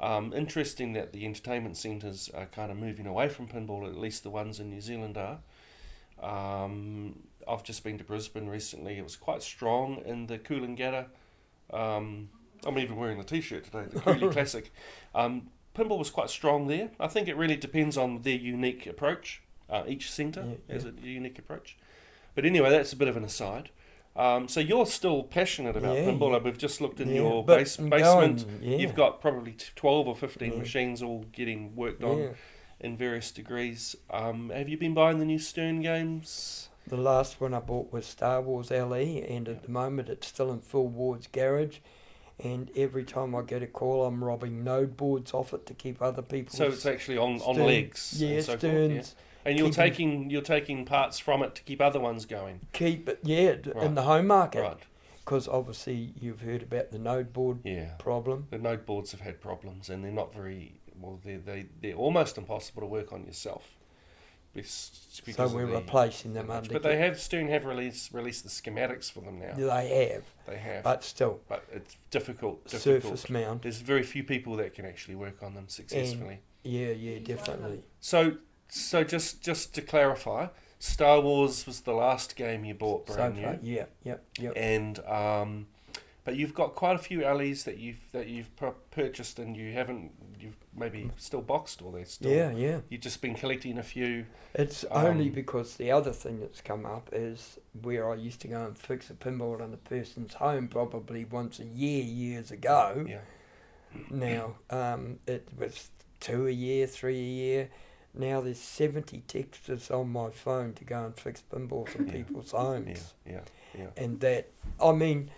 Um, interesting that the entertainment centres are kind of moving away from pinball. At least the ones in New Zealand are. Um, I've just been to Brisbane recently. It was quite strong in the Coolangatta. Um, I'm even wearing the T-shirt today. The [LAUGHS] Cooley Classic. Um, pinball was quite strong there. I think it really depends on their unique approach. Uh, each centre Yeah, has a unique approach. But anyway, that's a bit of an aside. Um, so you're still passionate about Yeah, pinball. We've just looked in yeah. your But base, I'm basement. going, yeah. You've got probably t- 12 or 15 Yeah. machines all getting worked on yeah. in various degrees. Um, have you been buying the new Stern games? The last one I bought was Star Wars LE, and at the moment it's still in Phil Ward's garage. And every time I get a call, I'm robbing node boards off it to keep other people's. So it's actually on, on Stern- legs. Yeah, and so forth, yeah? Stern's And you're keeping- taking you're taking parts from it to keep other ones going. keep it, yeah, d Right. in the home market. Right. Because obviously you've heard about the node board Yeah. problem. The node boards have had problems, and they're not very well. They they they're almost impossible to work on yourself. Bes- So because of we're the- replacing them. much, under but they have Stern have released released the schematics for them now. Yeah, they have, They have, but, but still, it's difficult. difficult. surface mount. There's very few people that can actually work on them successfully. Yeah, yeah, definitely. So so just just to clarify, Star Wars was the last game you bought brand so new, far, yeah, yeah, yeah. and um, but you've got quite a few alleys that you've that you've pur- purchased and you haven't. You've maybe still boxed or they're still. Mm. Yeah, yeah. You've just been collecting a few. It's only Um, because the other thing that's come up is where I used to go and fix a pinball in a person's home probably once a year years ago. Yeah. Now um, it was two a year, three a year. Now there's 70 texters on my phone to go and fix pinballs in Yeah. people's homes. Yeah, yeah, yeah. and that I mean,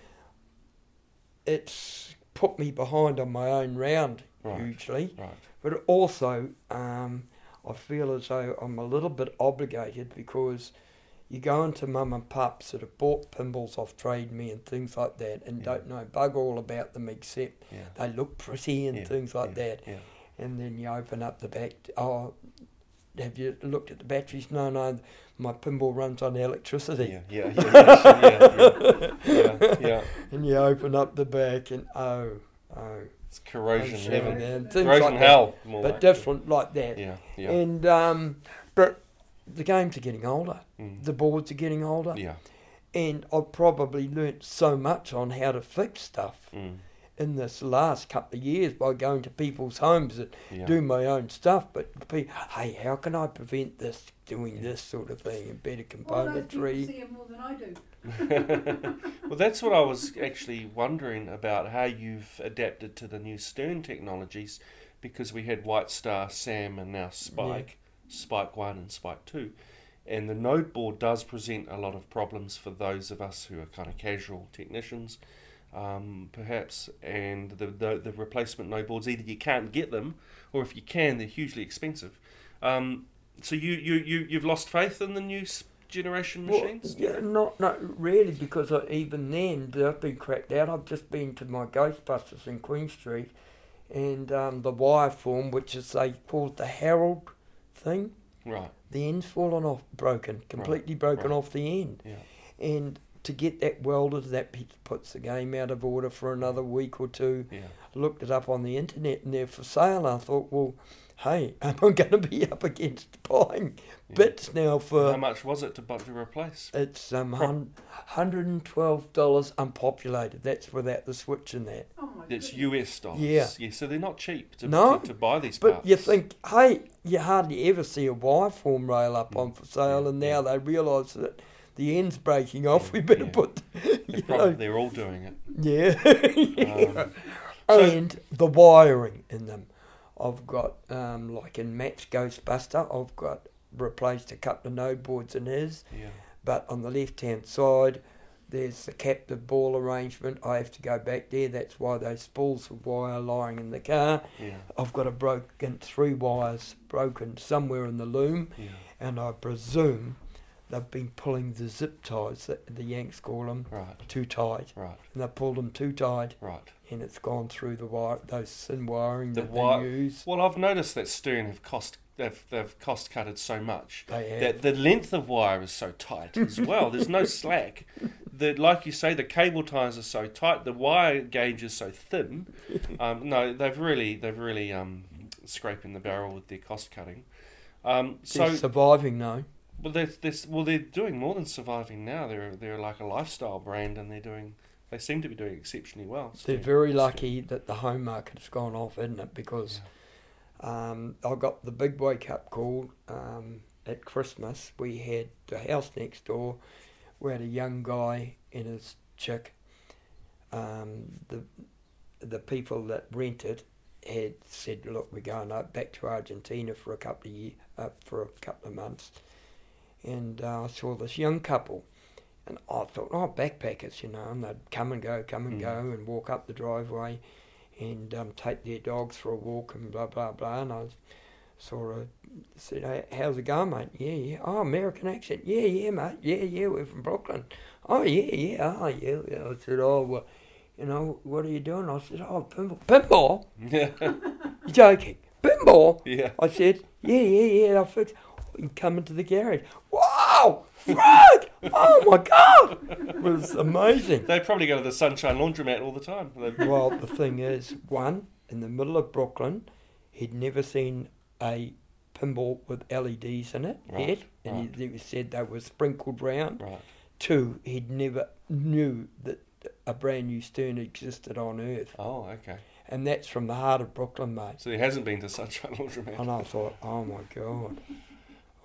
it's put me behind on my own round Right. hugely, Right. but also um, I feel as though I'm a little bit obligated because you go into mum and pups that have bought pinballs off Trade Me and things like that and Yeah. don't know bug all about them except Yeah. they look pretty and Yeah, things like yeah, that, Yeah. and then you open up the back. Oh, have you looked at the batteries? No, no, my pinball runs on electricity. Yeah. Yeah. Yeah. Yeah. Yeah. yeah, yeah, yeah. and you open up the back and oh, oh, It's corrosion I'm heaven. sure, man, things Corrosion like that, hell. More but like. different like that. Yeah. Yeah. And um, but the games are getting older. Mm. The boards are getting older, yeah. and I've probably learnt so much on how to fix stuff Mm. in this last couple of years by going to people's homes and Yeah. do my own stuff. But be, hey, how can I prevent this doing Yeah. this sort of thing and better All those people componentry? see it more than I do. well, that's what I was actually wondering about how you've adapted to the new Stern technologies, because we had White Star, Sam, and now Spike, Spike One and Spike Two, and the node board does present a lot of problems for those of us who are kind of casual technicians, um, perhaps. And the, the the replacement node boards either you can't get them, or if you can, they're hugely expensive. Um, so you you you you've lost faith in the new s- generation Well, machines. yeah, not not really because I, even then I've been cracked out. I've just been to my Ghostbusters in Queen Street, and um, the wire form, which is they called the Herald thing, Right. the end's fallen off, broken, completely broken right. off the end, Yeah. and to get that welded, that p- puts the game out of order for another week or two. Yeah. Looked it up on the internet, and they're for sale. I thought, well, hey, [LAUGHS] am I going to be up against buying Yeah. bits now for? How much was it to bu- to replace? It's um hun- hundred and twelve dollars unpopulated. That's without the switch in that. Oh my It's goodness. US dollars. Yeah. so they're not cheap to, No, to, to buy these But parts. you think, hey, you hardly ever see a wire form rail up on for Mm. sale, yeah, and yeah. now they realise that the end's breaking off. we better yeah. [LAUGHS] put, they're, you probably, know, they're all doing it. [LAUGHS] yeah, [LAUGHS] [LAUGHS] Um, so- and the wiring in them. I've got um, like in Matt's Ghostbuster, I've got replaced a couple of node boards in his. yeah. but on the left hand side there's the captive ball arrangement. I have to go back there. That's why those spools of wire lying in the car. Yeah. I've got a broken three wires broken somewhere in the loom, Yeah. and I presume they've been pulling the zip ties that the Yanks call them Right. too tight, Right. and they pulled them too tight, Right. and it's gone through the wire those thin wiring The that wi- they use. Well, I've noticed that Stern have cost they've they've cost cutted so much They have. that the length of wire is so tight [LAUGHS] as well. There's no slack. The like you say, the cable ties are so tight. The wire gauge is so thin. Um, no, they've really they've really um, scraping the barrel with their cost cutting. Um, so They're surviving now. Well, they're, they're, well, they're doing more than surviving now. They're they're like a lifestyle brand, and they're doing. They seem to be doing exceptionally well. They're Stern. very Stern. lucky that the home market's gone off, isn't it? Because um, I got the big wake up call um, at Christmas. We had the house next door. We had a young guy and his chick. Um, the the people that rented had said, "Look, we're going up back to Argentina for a couple of year, uh, for a couple of months." And uh, I saw this young couple, and I thought, "Oh, backpackers, you know." And they'd come and go, come and Mm. go, and walk up the driveway, and um, take their dogs for a walk, and blah blah blah. And I was, saw her, said, "Hey, how's it going, mate? Yeah, yeah. Oh, American accent. Yeah, yeah, mate. Yeah, yeah. We're from Brooklyn. Oh, yeah, yeah. Oh, yeah." yeah. I said, "Oh, well." You know, what are you doing? I said, oh, pinball. Pinball? [LAUGHS] Yeah, [LAUGHS] You're joking. Pinball? yeah. I said, yeah, yeah, yeah, I'll fix and come into the garage. Wow! Frank! oh my god! It was amazing. They probably go to the Sunshine Laundromat all the time. [LAUGHS] They- Well, the thing is, one, in the middle of Brooklyn, he'd never seen a pinball with LEDs in it Right, yet. And he, he said they were sprinkled round. right. Two, he'd never knew that a brand new stern existed on Earth. Oh, okay. And that's from the heart of Brooklyn, mate. So he hasn't been to Sunshine Laundromat. And I thought, oh my god,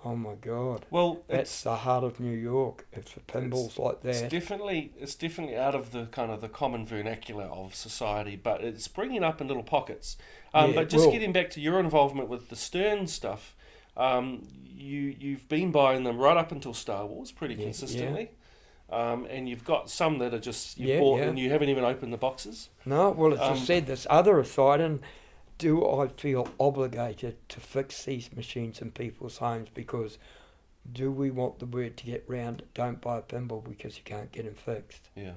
oh my god, Well, that's it's the heart of New York. It's for pinballs like it's that. definitely it's definitely out of the kind of the common vernacular of society, but it's springing up in little pockets. Um, Yeah, but it just will. getting back to your involvement with the Stern stuff, Um, you you've been buying them right up until Star Wars pretty Yeah, yeah. consistently, um, and you've got some that are just you Yeah, bought yeah. and you haven't even opened the boxes. No, well, as I Um, said, this other aside, and do I feel obligated to fix these machines in people's homes? Because do we want the word to get round? Don't buy a pinball because you can't get them fixed Yeah,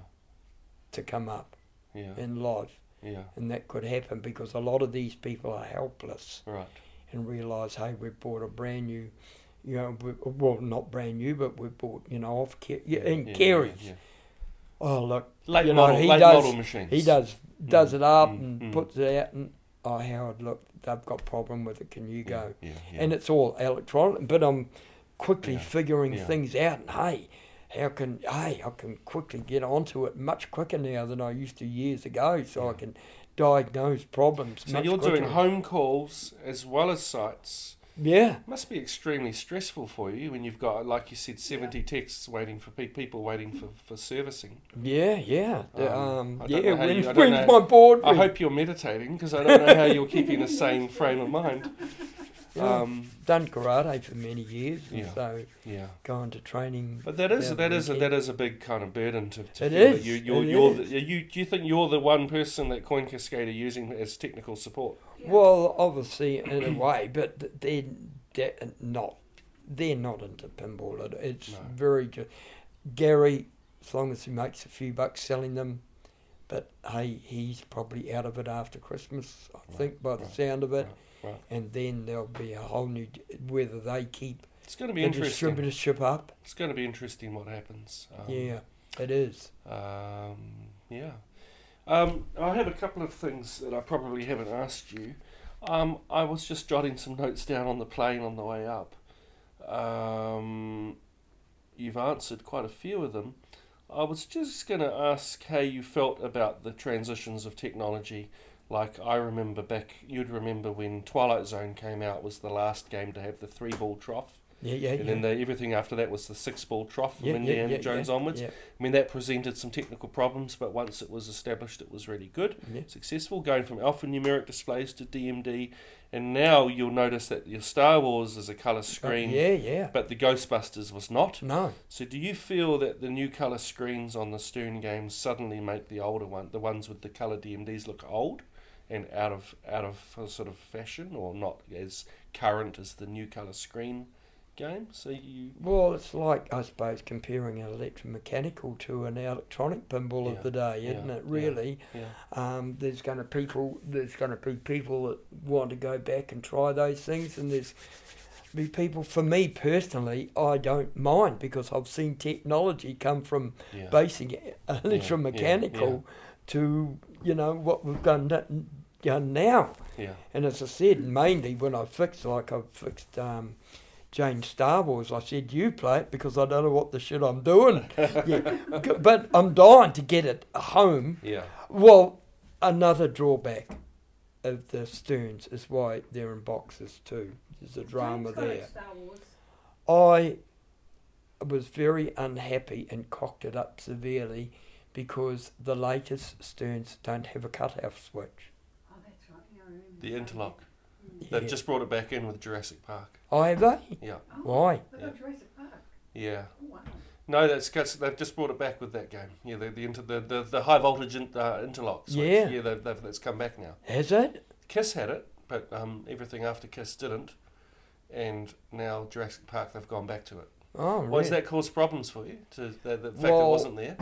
to come up yeah, in life, yeah. and that could happen because a lot of these people are helpless Right. and realise, hey, we bought a brand new, you know, we, well, not brand new, but we bought, you know, off car- yeah, and yeah, carriage. yeah. Oh look, Late You know, model, he late does- model machines. He does does Mm, it up mm, and mm. puts it out and oh Howard, look, they've got problem with it. Can you Yeah, go? Yeah, And it's all electronic, but I'm quickly Yeah, figuring yeah. things out. And hey, how can hey I can quickly get onto it much quicker now than I used to years ago, so I Yeah. can diagnose problems. so much you're doing quicker. home calls as well as sites. Yeah, Must be extremely stressful for you when you've got, like you said, seventy texts waiting for pe- people waiting for, for servicing. yeah, yeah. The, Um, Um, I don't yeah, know how when, you- I don't when's know. my board? I hope you're meditating because I don't know how you're keeping the same frame of mind. [LAUGHS] Yeah. Um, done karate for many years, and Yeah. so yeah, going to training. but that is Yeah, that is a, yeah. that is a big kind of burden to. to It feel that is, You, you're, it you're is. The, you do you think you're the one person that Coin Cascade are using as technical support? Yeah. Well, obviously, in a way, but th- they're, de- not. They're not into pinball. It- It's No. very ju- Gary, as long as he makes a few bucks selling them, but hey, he's probably out of it after Christmas. I Right, think by the right, sound of it, right, right. and then there'll be a whole new d- whether they keep It's going to the be interesting. distributorship up. It's going to be interesting what happens. Um, yeah, it is. Um, yeah. Um, I have a couple of things that I probably haven't asked you. Um, I was just jotting some notes down on the plane on the way up. Um, you've answered quite a few of them. I was just going to ask how you felt about the transitions of technology. Like I remember back, you'd remember when Twilight Zone came out was the last game to have the three ball trough, Yeah, yeah, and yeah. then the, everything after that was the six ball trough from yeah, yeah, Indiana yeah, Jones yeah, onwards. Yeah, I mean, that presented some technical problems, but once it was established, it was really good, yeah. successful, going from alphanumeric displays to DMD. And now you'll notice that your Star Wars is a colour screen, Yeah, yeah. but the Ghostbusters was not. No. So, do you feel that the new colour screens on the Stern games suddenly make the older one, the ones with the colour DMDs, look old and out of out of uh, sort of fashion, or not as current as the new colour screen game? So you, Well, it's like, I suppose, comparing an electromechanical to an electronic pinball Yeah, of the day, yeah, isn't it? yeah. Really, yeah, um, there's going to people, there's going to be people that want to go back and try those things, and there's be people. For me personally, I don't mind because I've seen technology come from yeah, basic e, electromechanical to you know what we've done, n- done now. yeah, And as I said, mainly when I fixed, like I fixed um, James Star Wars, I said, you play it because I don't know what the shit [LAUGHS] I'm doing. yeah. G- But I'm dying to get it home. yeah, Well, another drawback of the Sterns is why they're in boxes too. There's a drama James got it, there. Star Wars. I was very unhappy and cocked it up severely because the latest Sterns don't have a cutoff switch. Oh, that's right. Yeah, I remember the that. interlock. Mm. They've Yeah. just brought it back in with Jurassic Park. I have they? Yeah, Oh, Why? they've Yeah. got Jurassic Park. yeah. Oh, wow. No, that's 'cause they've just brought it back with that game. Yeah, the the inter, the, the, the high voltage in, uh, interlocks. Yeah. yeah. They've, they've, that's come back now. Has it? Kiss had it, but um, everything after Kiss didn't, and now Jurassic Park they've gone back to it. Oh, Why does really? that cause problems for you? To the, the fact it Well- wasn't there.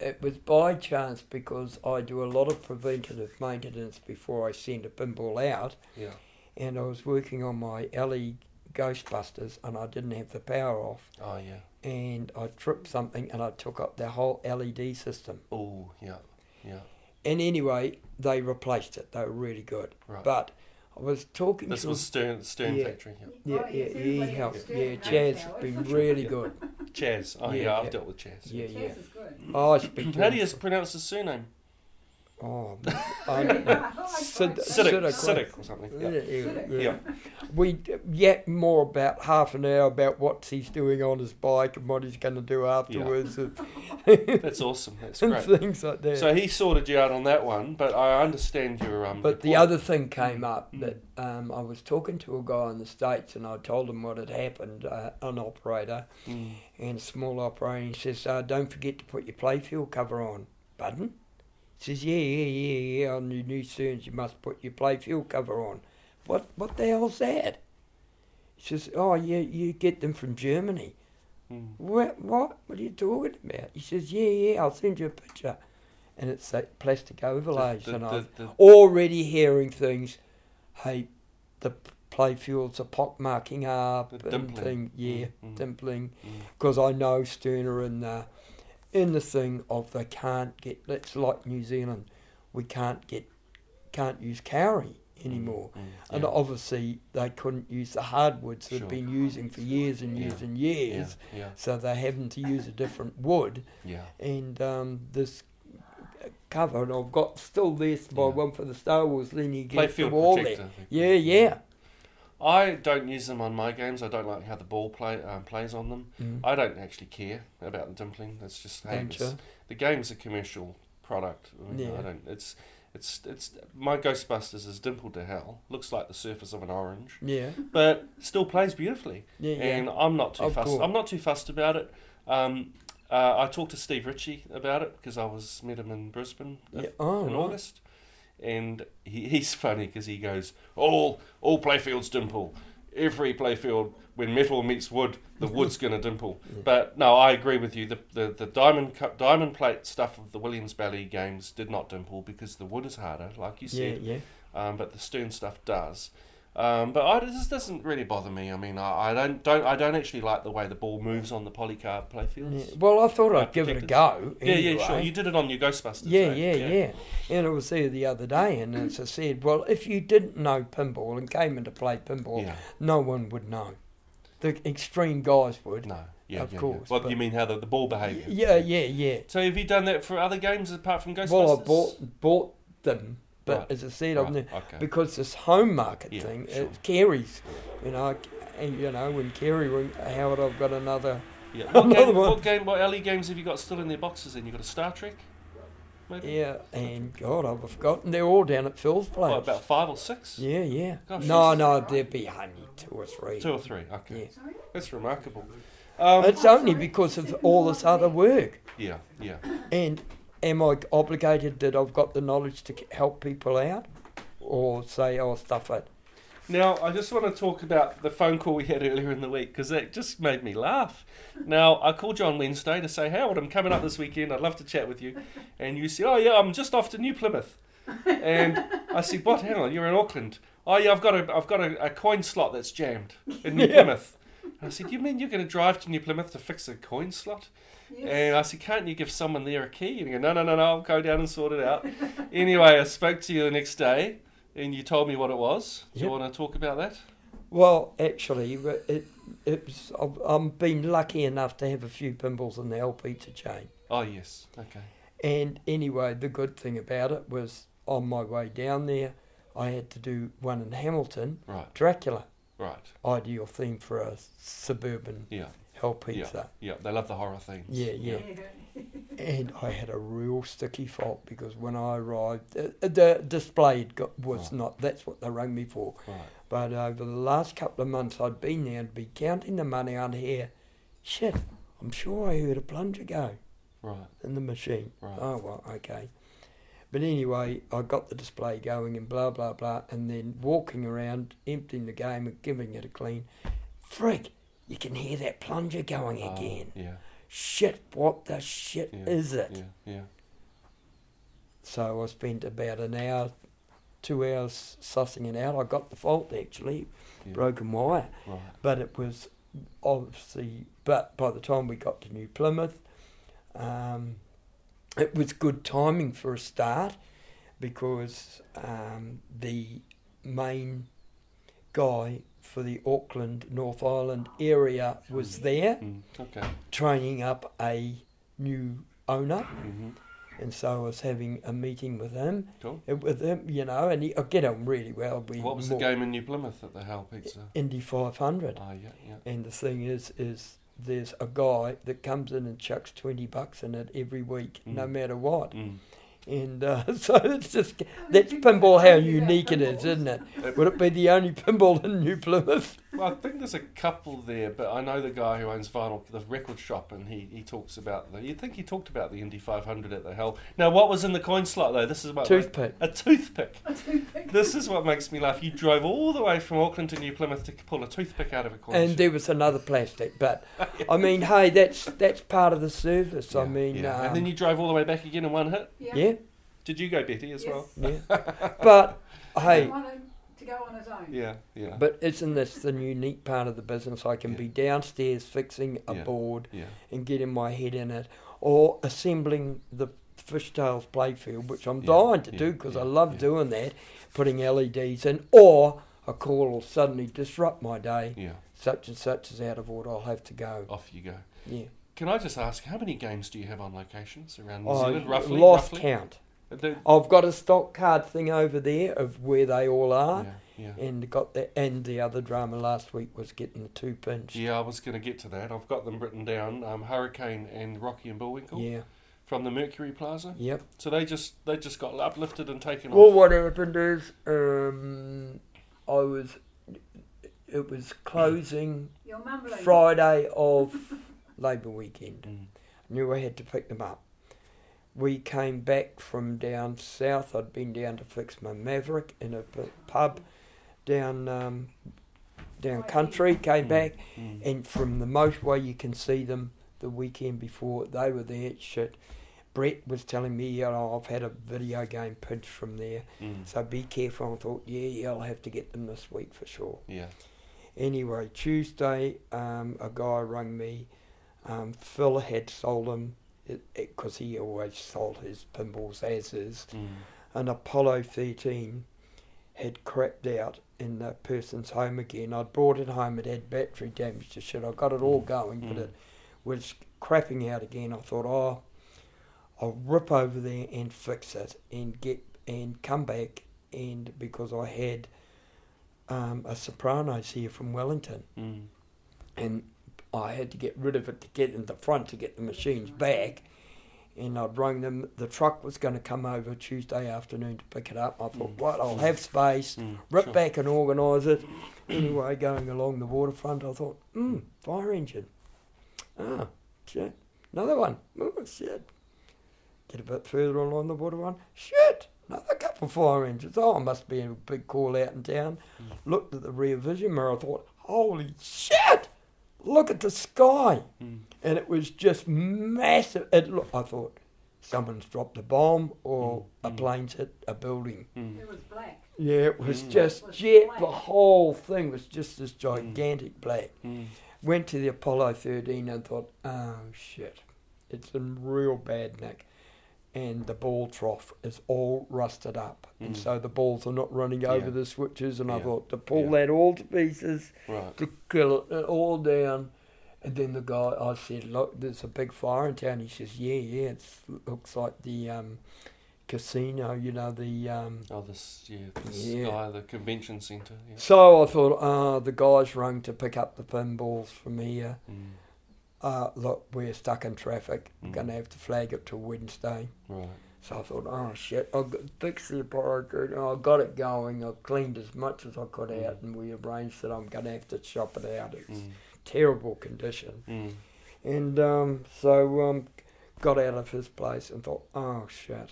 It was by chance because I do a lot of preventative maintenance before I send a pinball out, Yeah, and I was working on my alley Ghostbusters, and I didn't have the power off, oh yeah, and I tripped something, and I took up the whole LED system. oh yeah, yeah. And anyway, they replaced it. They were really good, Right. but I was talking this to was Stern Stern Yeah. Factory. Yeah. yeah, Right, yeah, it's yeah, Oh, everybody yeah, that's doing yeah. it now, Jazz so has it's been [LAUGHS] not- really good. Chaz. Oh yeah, Yeah, I've yeah. dealt with Chaz. Yeah, yeah. [LAUGHS] Jazz is good. Oh, I speak. to How him do you for- pronounce his surname? Oh, Really? um, I thought I'd Sid- tried. Sid- Cynic, Cynic. cynic or something. yeah, Yeah. yeah, Yeah. yeah. yeah. We yet more about half an hour about what he's doing on his bike and what he's going to do afterwards and, That's awesome. That's and great. [LAUGHS] things like that. So he sorted you out on that one, but I understand your um. But the your other thing came up Mm. that um, I was talking to a guy in the States and I told him what had happened, uh, an operator point. and a small operator. And he says, uh, Don't forget to put your playfield cover on. Pardon? He says, Yeah, yeah, yeah, yeah, on your new soons you must put your playfield cover on. What, what the hell's that? He says, Oh, yeah, you get them from Germany. Mm, What? What? What are you talking about? He says, Yeah, yeah, I'll send you a picture. And it's like plastic mm. overlays. The- and the- I'm the- already hearing things. Hey, the p- playfields are pockmarking up The and dimpling. thing. Yeah, Mm, mm. dimpling. mm. Because I know Sterner in the, in the thing of they can't get, it's like New Zealand, we can't get, can't use cowrie anymore. Mm, And yeah, obviously they couldn't use the hardwoods they've Sure. been using for years and years Yeah, and years. yeah, yeah, So they're having to use a different wood, yeah. and um, this cover, and I've got still this by Yeah. one for the Star Wars leaning against the Playfield wall there. projector. Mm. Yeah, yeah. I don't use them on my games. I don't like how the ball play um, plays on them. Mm. I don't actually care about the dimpling. That's just hey, Don't it's- you? the game's a commercial product. I mean, Yeah. I don't. It's it's it's my Ghostbusters is dimpled to hell. Looks like the surface of an orange, Yeah, but still plays beautifully. yeah, yeah. And I'm not too Of fussed. course. I'm not too fussed about it. Um, uh, I talked to Steve Ritchie about it because I was met him in Brisbane a yeah. Oh, in right. August, and he, he's funny because he goes, "All all playfields dimple. Every playfield when metal meets wood, [LAUGHS] the wood's going to dimple." Yeah. But no, I agree with you. The the, the diamond cu- diamond plate stuff of the Williams Ballet games did not dimple because the wood is harder, like you Yeah, said. yeah. Um, but the Stern stuff does. Um, but I, this doesn't really bother me. I mean, I, I don't don't I don't actually like the way the ball moves on the polycarb yeah. playfields. Well, I thought Uh, I'd give it a protectors. go. Yeah, yeah, sure. anyway. You did it on your Ghostbusters. Yeah, eh? yeah, yeah, And I was there the other day, and as I said, well, if you didn't know pinball and came in to play pinball, yeah. no one would know. The extreme guys would. No, yeah, Of yeah, yeah. course, Well, but- you mean how the, the ball behaviour? Yeah, yeah, yeah. So have you done that for other games apart from Ghostbusters? Well, I bought bought them, but Right. as I said, Right, I've ne- okay. because this home market Yeah, thing sure. it carries, you know, and, you know when Kerry ring Howard, I've got another. [LAUGHS] yeah. What, another game, one. what game? What LE games have you got still in their boxes? Then you got a Star Trek, maybe. Yeah, and God, I've forgotten. They're all down at Phil's place. Oh, about five or six. yeah, yeah. Gosh, no, this is no, there'd be only two or three. Two or three. Okay, Yeah. Sorry? that's remarkable. Um, It's only because of all this other work. yeah, yeah. And am I obligated that I've got the knowledge to c- help people out, or say, oh, stuff it? Now, I just want to talk about the phone call we had earlier in the week because that just made me laugh. Now, I called you on Wednesday to say, Howard, I'm coming up this weekend. I'd love to chat with you. And you said, Oh, yeah, I'm just off to New Plymouth. And I said, What? Hang on, you're in Auckland. Oh, yeah, I've got a, I've got a, a coin slot that's jammed in New Plymouth. And I said, You mean you're going to drive to New Plymouth to fix a coin slot? And I said, Can't you give someone there a key? And you go, No, no, no, no, I'll go down and sort it out. anyway, I spoke to you the next day and you told me what it was. Do you Yep. want to talk about that? Well, actually, but it, it's, I've, I've been lucky enough to have a few pinballs in the old pizza chain. Oh, yes. Okay. And anyway, the good thing about it was on my way down there, I had to do one in Hamilton, Right. Dracula, Right. ideal theme for a suburban Yeah. hell pizza. Yeah. They love the horror things. Yeah, yeah. And I had a real sticky fault because when I arrived, uh, the display had got, was Oh. not, that's what they rang me for. Right. But over the last couple of months I'd been there and be counting the money I'd hear, shit, I'm sure I heard a plunger go Right. in the machine. Right. Oh, well, okay. But anyway, I got the display going and blah, blah, blah, and then walking around, emptying the game and giving it a clean. Frick, you can hear that plunger going Oh, again. yeah. Shit, what the shit Yeah, is it? Yeah. Yeah. So I spent about an hour, two hours sussing it out. I got the fault actually, Yeah. broken wire. Right. But it was obviously, but by the time we got to New Plymouth, um, it was good timing for a start because um, the main guy for the Auckland, North Island area was there Mm. Okay. training up a new owner Mm-hmm. and so I was having a meeting with him, Cool. uh, with him, you know, and he, I get on really well. We What was the more- game in New Plymouth at the Hell Pizza? Indy 500. Oh, yeah, yeah. And the thing is, is there's a guy that comes in and chucks 20 bucks in it every week, no Mm. matter what. Mm. And uh, [LAUGHS] so it's just, that's pinball how unique it is, isn't it? Would it be the only pinball in [LAUGHS] New Plymouth? Well, I think there's a couple there, but I know the guy who owns Vinyl, the record shop, and he, he talks about the. You think he talked about the Indy 500 at the Hell? Now, what was in the coin slot though? This is what Toothpick. a toothpick. I do think This is what makes me laugh. You drove all the way from Auckland to New Plymouth to pull a toothpick out of a coin. And shop. there was another plastic, but I mean, hey, that's that's part of the service. I Yeah, mean, yeah. um, and then you drove all the way back again in one hit. yeah, Did you go, Betty, as well? yeah. [LAUGHS] but [LAUGHS] hey, want him to go on his own. Yeah, yeah, but isn't this the unique part of the business? I can Yeah. be downstairs fixing a Yeah. board yeah. and getting my head in it, or assembling the fishtails playfield, which I'm Yeah, dying to yeah, do 'cause do because yeah, I love yeah. doing that, putting LEDs in, or a call will suddenly disrupt my day. Yeah, Oh. Such and such is out of order. I'll have to go. off you go. Yeah, Can I just ask, how many games do you have on locations around New I Zealand, roughly? Oh, lost roughly? count. The- I've got a stock card thing over there of where they all are, yeah, yeah. and got the and the other drama last week was getting the two pinch. Yeah, I was going to get to that. I've got them written down. Um, Hurricane and Rocky and Bullwinkle yeah, from the Mercury Plaza. yep. So they just they just got uplifted and taken Well, off. what happened is um, I was. It was closing You're mumbling. Friday of [LAUGHS] Labour weekend. Mm. Knew I had to pick them up. We came back from down south. I'd been down to fix my Maverick in a p- pub down um, down country. Came Mm. back, Mm. and from the motorway, you can see them the weekend before. They were there. Shit. Brett was telling me, you know, I've had a video game pinch from there. Mm. So be careful. I thought, yeah, yeah, I'll have to get them this week for sure. Yeah. Anyway, Tuesday, um, a guy rang me. Um, Phil had sold him, because he always sold his pinballs as is. Mm. An Apollo 13 had crapped out in the person's home again. I'd brought it home, it had battery damage to shit. I got it all going, but Mm. it was crapping out again. I thought, oh, I'll rip over there and fix it and get and come back. And because I had um, a Sopranos here from Wellington, Mm. and I had to get rid of it to get in the front to get the machines back. And I'd rung them. The truck was going to come over Tuesday afternoon to pick it up. I thought, Mm. what? I'll have space. Mm. Rip Sure. back and organise it. anyway, going along the waterfront, I thought, hmm, fire engine. Ah, shit. Another one. Oh, shit. Get a bit further along the waterfront. Shit. Another couple of fire engines. Oh, must be a big call out in town. Looked at the rear vision mirror. I thought, holy shit. Look at the sky. Mm. And it was just massive. It look, I thought, someone's dropped a bomb or a Mm. plane's hit a building. Mm. It was black. Yeah, it was Mm. just Was jet. black. The whole thing was just this gigantic black. Mm. Went to the Apollo 13 and thought, oh shit, it's in real bad nick. And the ball trough is all rusted up. And Mm. so the balls are not running over Yeah. the switches. And I Yeah. thought to pull Yeah. that all to pieces, Right. to kill it uh, all down. And then the guy, I said, look, there's a big fire in town. He says, yeah, yeah, it looks like the um, casino, you know, the. Um, Oh, this yeah, this Yeah. guy, the convention centre. Yeah. So I thought, ah, the guys rung to pick up the pinballs from here. Mm. Uh, look, we're stuck in traffic. We're Mm. going to have to flag it till Wednesday. Right. So I thought, oh shit, I'll g- fix the Apollo 13. I got it going. I cleaned as much as I could Mm. out and we arranged that I'm going to have to shop it out. It's Mm. terrible condition. Mm. And um, so um, got out of his place and thought, oh shit.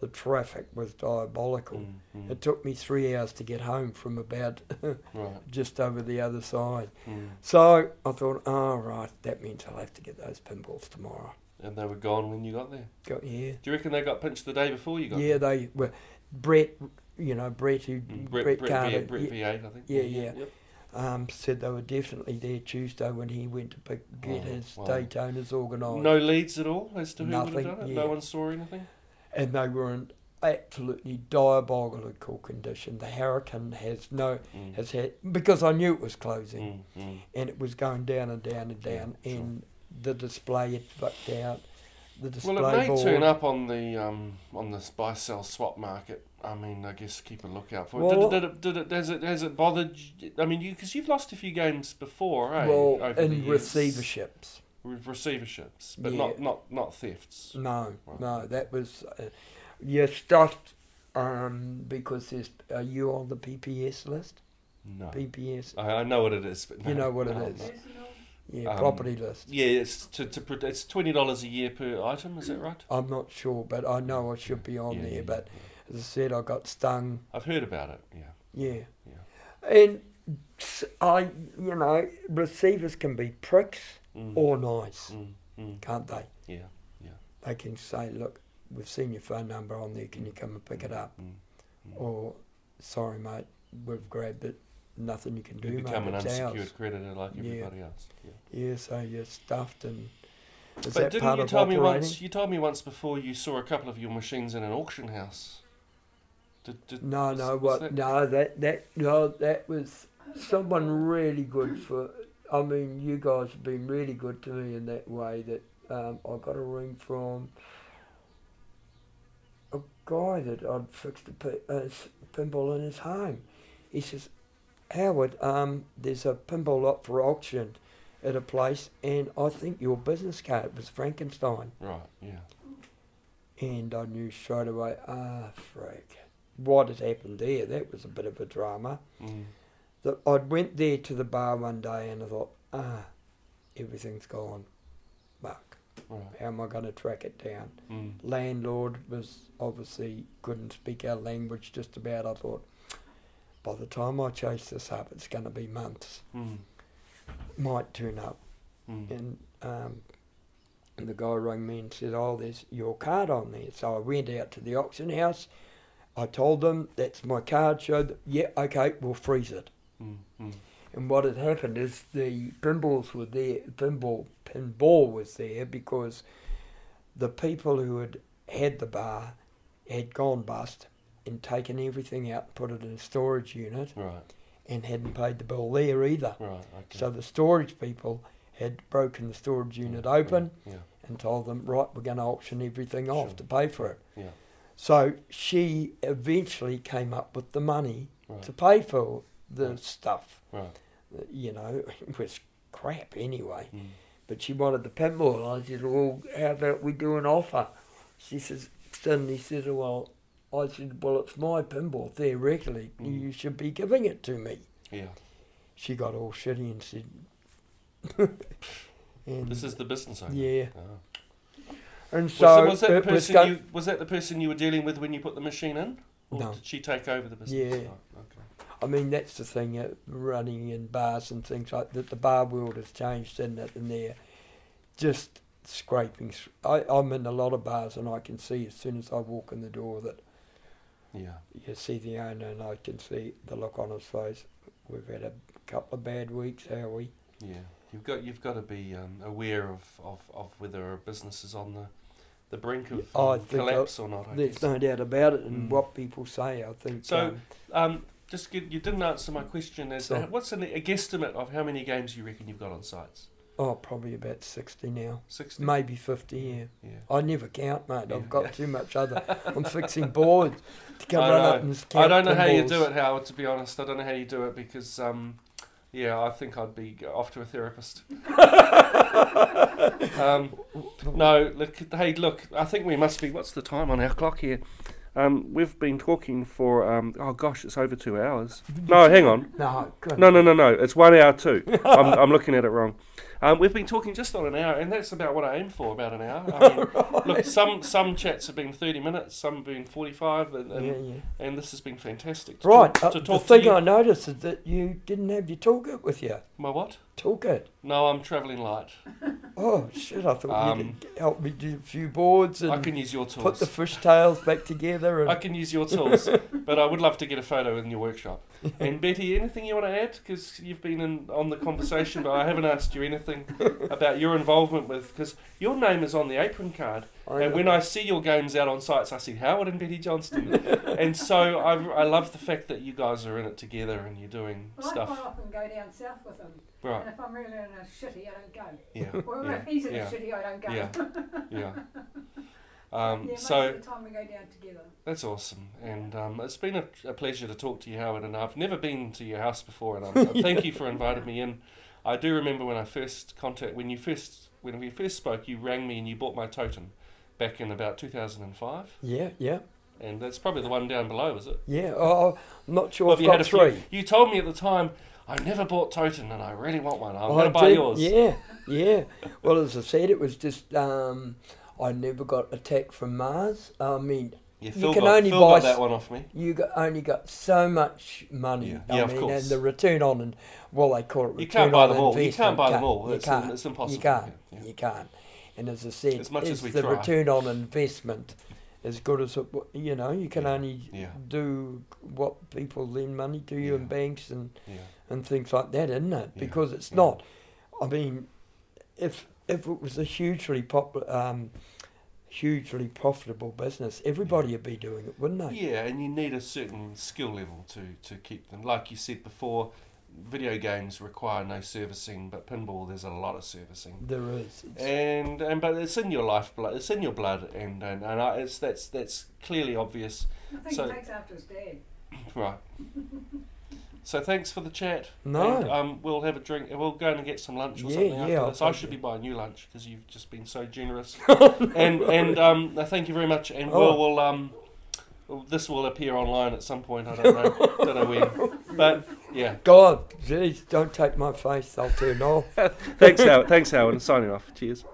The traffic was diabolical. Mm. Mm. It took me three hours to get home from about Right. just over the other side. Mm. So I thought, oh, right, that means I'll have to get those pinballs tomorrow. And they were gone when you got there. Go, yeah. Do you reckon they got pinched the day before you got Yeah, they were. Brett, you know, Brett, there? who, Mm. Brett, Brett, Brett, Carter, V8, Brett yeah, V8, I think. yeah, yeah. Yep. um, said they were definitely there Tuesday when he went to pick, get Oh, his wow. Daytonas organised. No leads at all as to who would Nothing, have done it. yeah. No one saw anything. And they were in absolutely diabolical condition. The hurricane has no, Mm. has had, because I knew it was closing. Mm, mm. and it was going down and down and Yeah, down, sure. and the display had fucked out. the display Well, it may ball. turn up on the um, on this buy sell swap market. I mean, I guess keep a lookout for Well- it. Did, it- did it? Did it? Has it? Has it bothered? You? I mean, you because you've lost a few games before, eh? well, over the in years. receiverships. With receiverships, but Yeah. Mm, not not not thefts. No, Right. no, that was uh, you're stuffed um, because there's. Are you on the PPS list? No, PPS, I, I know what it is, but You no, know what it no, is. no. Personal. yeah, uh, Um, property list. Yeah, it's to, to pro- it's twenty dollars a year per item. Is that right? I'm not sure, but I know I should be on Yeah, there. yeah, But as I said, I got stung. I've heard about it. Yeah, Yeah. yeah. And s- I, you know, receivers can be pricks Mm, or nice, mm, mm, can't they? yeah. They can say, look, we've seen your phone number on there, can you come and pick it up? Mm, mm. Or, sorry, mate, we've grabbed it, nothing you can do, You become an mate, it's unsecured ours. creditor like Yeah. everybody else. Yeah. Yeah, so you're stuffed and is But that didn't part you of tell me operating? once? You told me once before you saw a couple of your machines in an auction house. Did, did, No, was- no, was what? that- No, that that no, that was someone really good for. I mean, you guys have been really good to me in that way. That um, I got a ring from a guy that I'd fixed a pi- a s- pinball in his home. He says, "Howard, um, there's a pinball up for auction at a place, and I think your business card was Frankenstein." Right. Yeah. And I knew straight away, ah, frick, what had happened there. That was a bit of a drama. Mm. That I went there to the bar one day and I thought, ah, everything's gone. Fuck, Right. how am I going to track it down? Mm. Landlord was obviously couldn't speak our language just about. I thought, by the time I chase this up, it's going to be months. Mm. Might turn up. Mm. And um, the guy rang me and said, Oh, there's your card on there. So I went out to the auction house. I told them, That's my card. Showed them, Yeah, okay, we'll freeze it. Mm. Mm. And what had happened is the pinballs were there, pinball, pinball was there because the people who had had the bar had gone bust and taken everything out and put it in a storage unit Right. and hadn't paid the bill there either. Right. Okay. Mm, So the storage people had broken the storage unit Yeah, open Yeah. and told them, right, we're going to auction everything off Sure. to pay for it. Yeah. So she eventually came up with the money Right. to pay for the Right. stuff. Right. that, You know, [LAUGHS] it was crap anyway. Mm. But she wanted the pinball. I said, well, how about we do an offer? She says, suddenly says, well, I said, well, it's my pinball. Theoretically, Mm. you should be giving it to me. Yeah. She got all shitty and said, [LAUGHS] and, This is the business owner. yeah. Ah. And Was, so so was that the it was person go- you was that the person you were dealing with when you put the machine in? Or No. did she take over the business? Yeah. Right, okay. I mean, that's the thing, uh, running in bars and things like that. The bar world has changed, isn't it? And they're just scraping. s- I, am in a lot of bars, and I can see as soon as I walk in the door that Yeah. you see the owner, and I can see the look on his face. We've had a couple of bad weeks, have we? Yeah, you've got you've got to be um, aware of, of, of whether a business is on the the brink of Yeah, Oh, I um, think that- collapse or not. I There's guess. no doubt about it, and Mm. what people say, I think. So, um, Um, just give, you didn't answer my question. As to Sure. how- what's an, a guesstimate of how many games you reckon you've got on sites? oh, probably about 60 now, Sixty. maybe 50, yeah. Yeah. I never count, mate. Yeah. I've got too [LAUGHS] much other. I'm fixing boards to come I run know. up and count I don't know how you pinballs. do it, Howard. To be honest, I don't know how you do it because, um, yeah, I think I'd be off to a [LAUGHS] therapist. um, no, look, hey, look, I think we must be. What's the time on our clock here? Um, we've been talking for um, oh gosh, it's over two hours. No, hang on. No, good. No, no, no, no. It's one hour two. [LAUGHS] I'm, I'm looking at it wrong. Um, we've been talking just on an hour, and that's about what I aim for. About an hour. I [LAUGHS] mean, Look, some some chats have been thirty minutes, some have been forty-five, and, and Yeah, yeah. and this has been fantastic. To Right. talk- uh, to the talk to thing you. I noticed is that you didn't have your toolkit with you. My what? Toolkit. No, I'm travelling light. Oh shit! I thought you Um, could help me do a few boards I and can use your put tools. the fish tails back together. I And [LAUGHS] can use your tools. But I would love to get a photo in your workshop. And Betty, anything you want to add? Because you've been in, on the conversation, but I haven't asked you anything about your involvement with. Because your name is on the apron card, I and know. when I see your games out on sites, I see Howard and Betty [LAUGHS] Johnston. and so I, I love the fact that you guys are in it together and you're doing Well, I quite stuff. often go down south with him, Right. and if I'm really in a shitty, I don't go. Yeah. Or yeah, if he's in yeah. a shitty, I don't go. Yeah. [LAUGHS] Yeah. Yeah, Um, most so of the time we go down together. that's awesome, and um, it's been a, a pleasure to talk to you, Howard. And I've never been to your house before, and um, thank you for inviting me in. I do remember when I first contact when you first when we first spoke, you rang me and you bought my totem back in about two thousand and five, Yeah, yeah, and that's probably the one down below, is it? yeah. Oh, I'm not sure Well, I've got a three. Few, you told me at the time I never bought totem, and I really want one. I'm I gonna buy did, yours. Yeah, yeah. Well, as I said, it was just um, I never got attacked from Mars. I mean, Yeah, You Phil can got, only Phil buy got s- that one off me. you got, only got so much money. Yeah. I Yeah, of mean, course. And the return on, and well, they call it. You return can't buy on them all. You investment. can't buy them all. You It's, can't. it's impossible. You can't. Yeah. You can't. And as I said, As much as is we the try. return on investment as good as it, wa- you know? You can Yeah. only Yeah. do what people lend money to you in Yeah. banks and yeah. and things like that, isn't it? Yeah, Because it's yeah. not. I mean, if if it was a hugely pop, um, hugely profitable business, everybody would be doing it, wouldn't they? Yeah, and you need a certain skill level to, to keep them. Like you said before, video games require no servicing, but pinball there's a lot of servicing. There is. It's- And and but it's in your lifeblood. It's in your blood, and and, and I, it's that's that's clearly obvious, I think So- he takes after his dad. right? So thanks for the chat. No. And, um, we'll have a drink. We'll go and get some lunch or Yeah, something yeah, after I'll this. I take should you. be buying you lunch because you've just been so [LAUGHS] generous. and and um, uh, thank you very much. And Oh. we'll, we'll um, well, this will appear online at some point. I don't know, [LAUGHS] don't know when. But yeah, God, geez, don't take my face. I'll turn off. thanks, Howard. Thanks, Howard. Signing off. Cheers.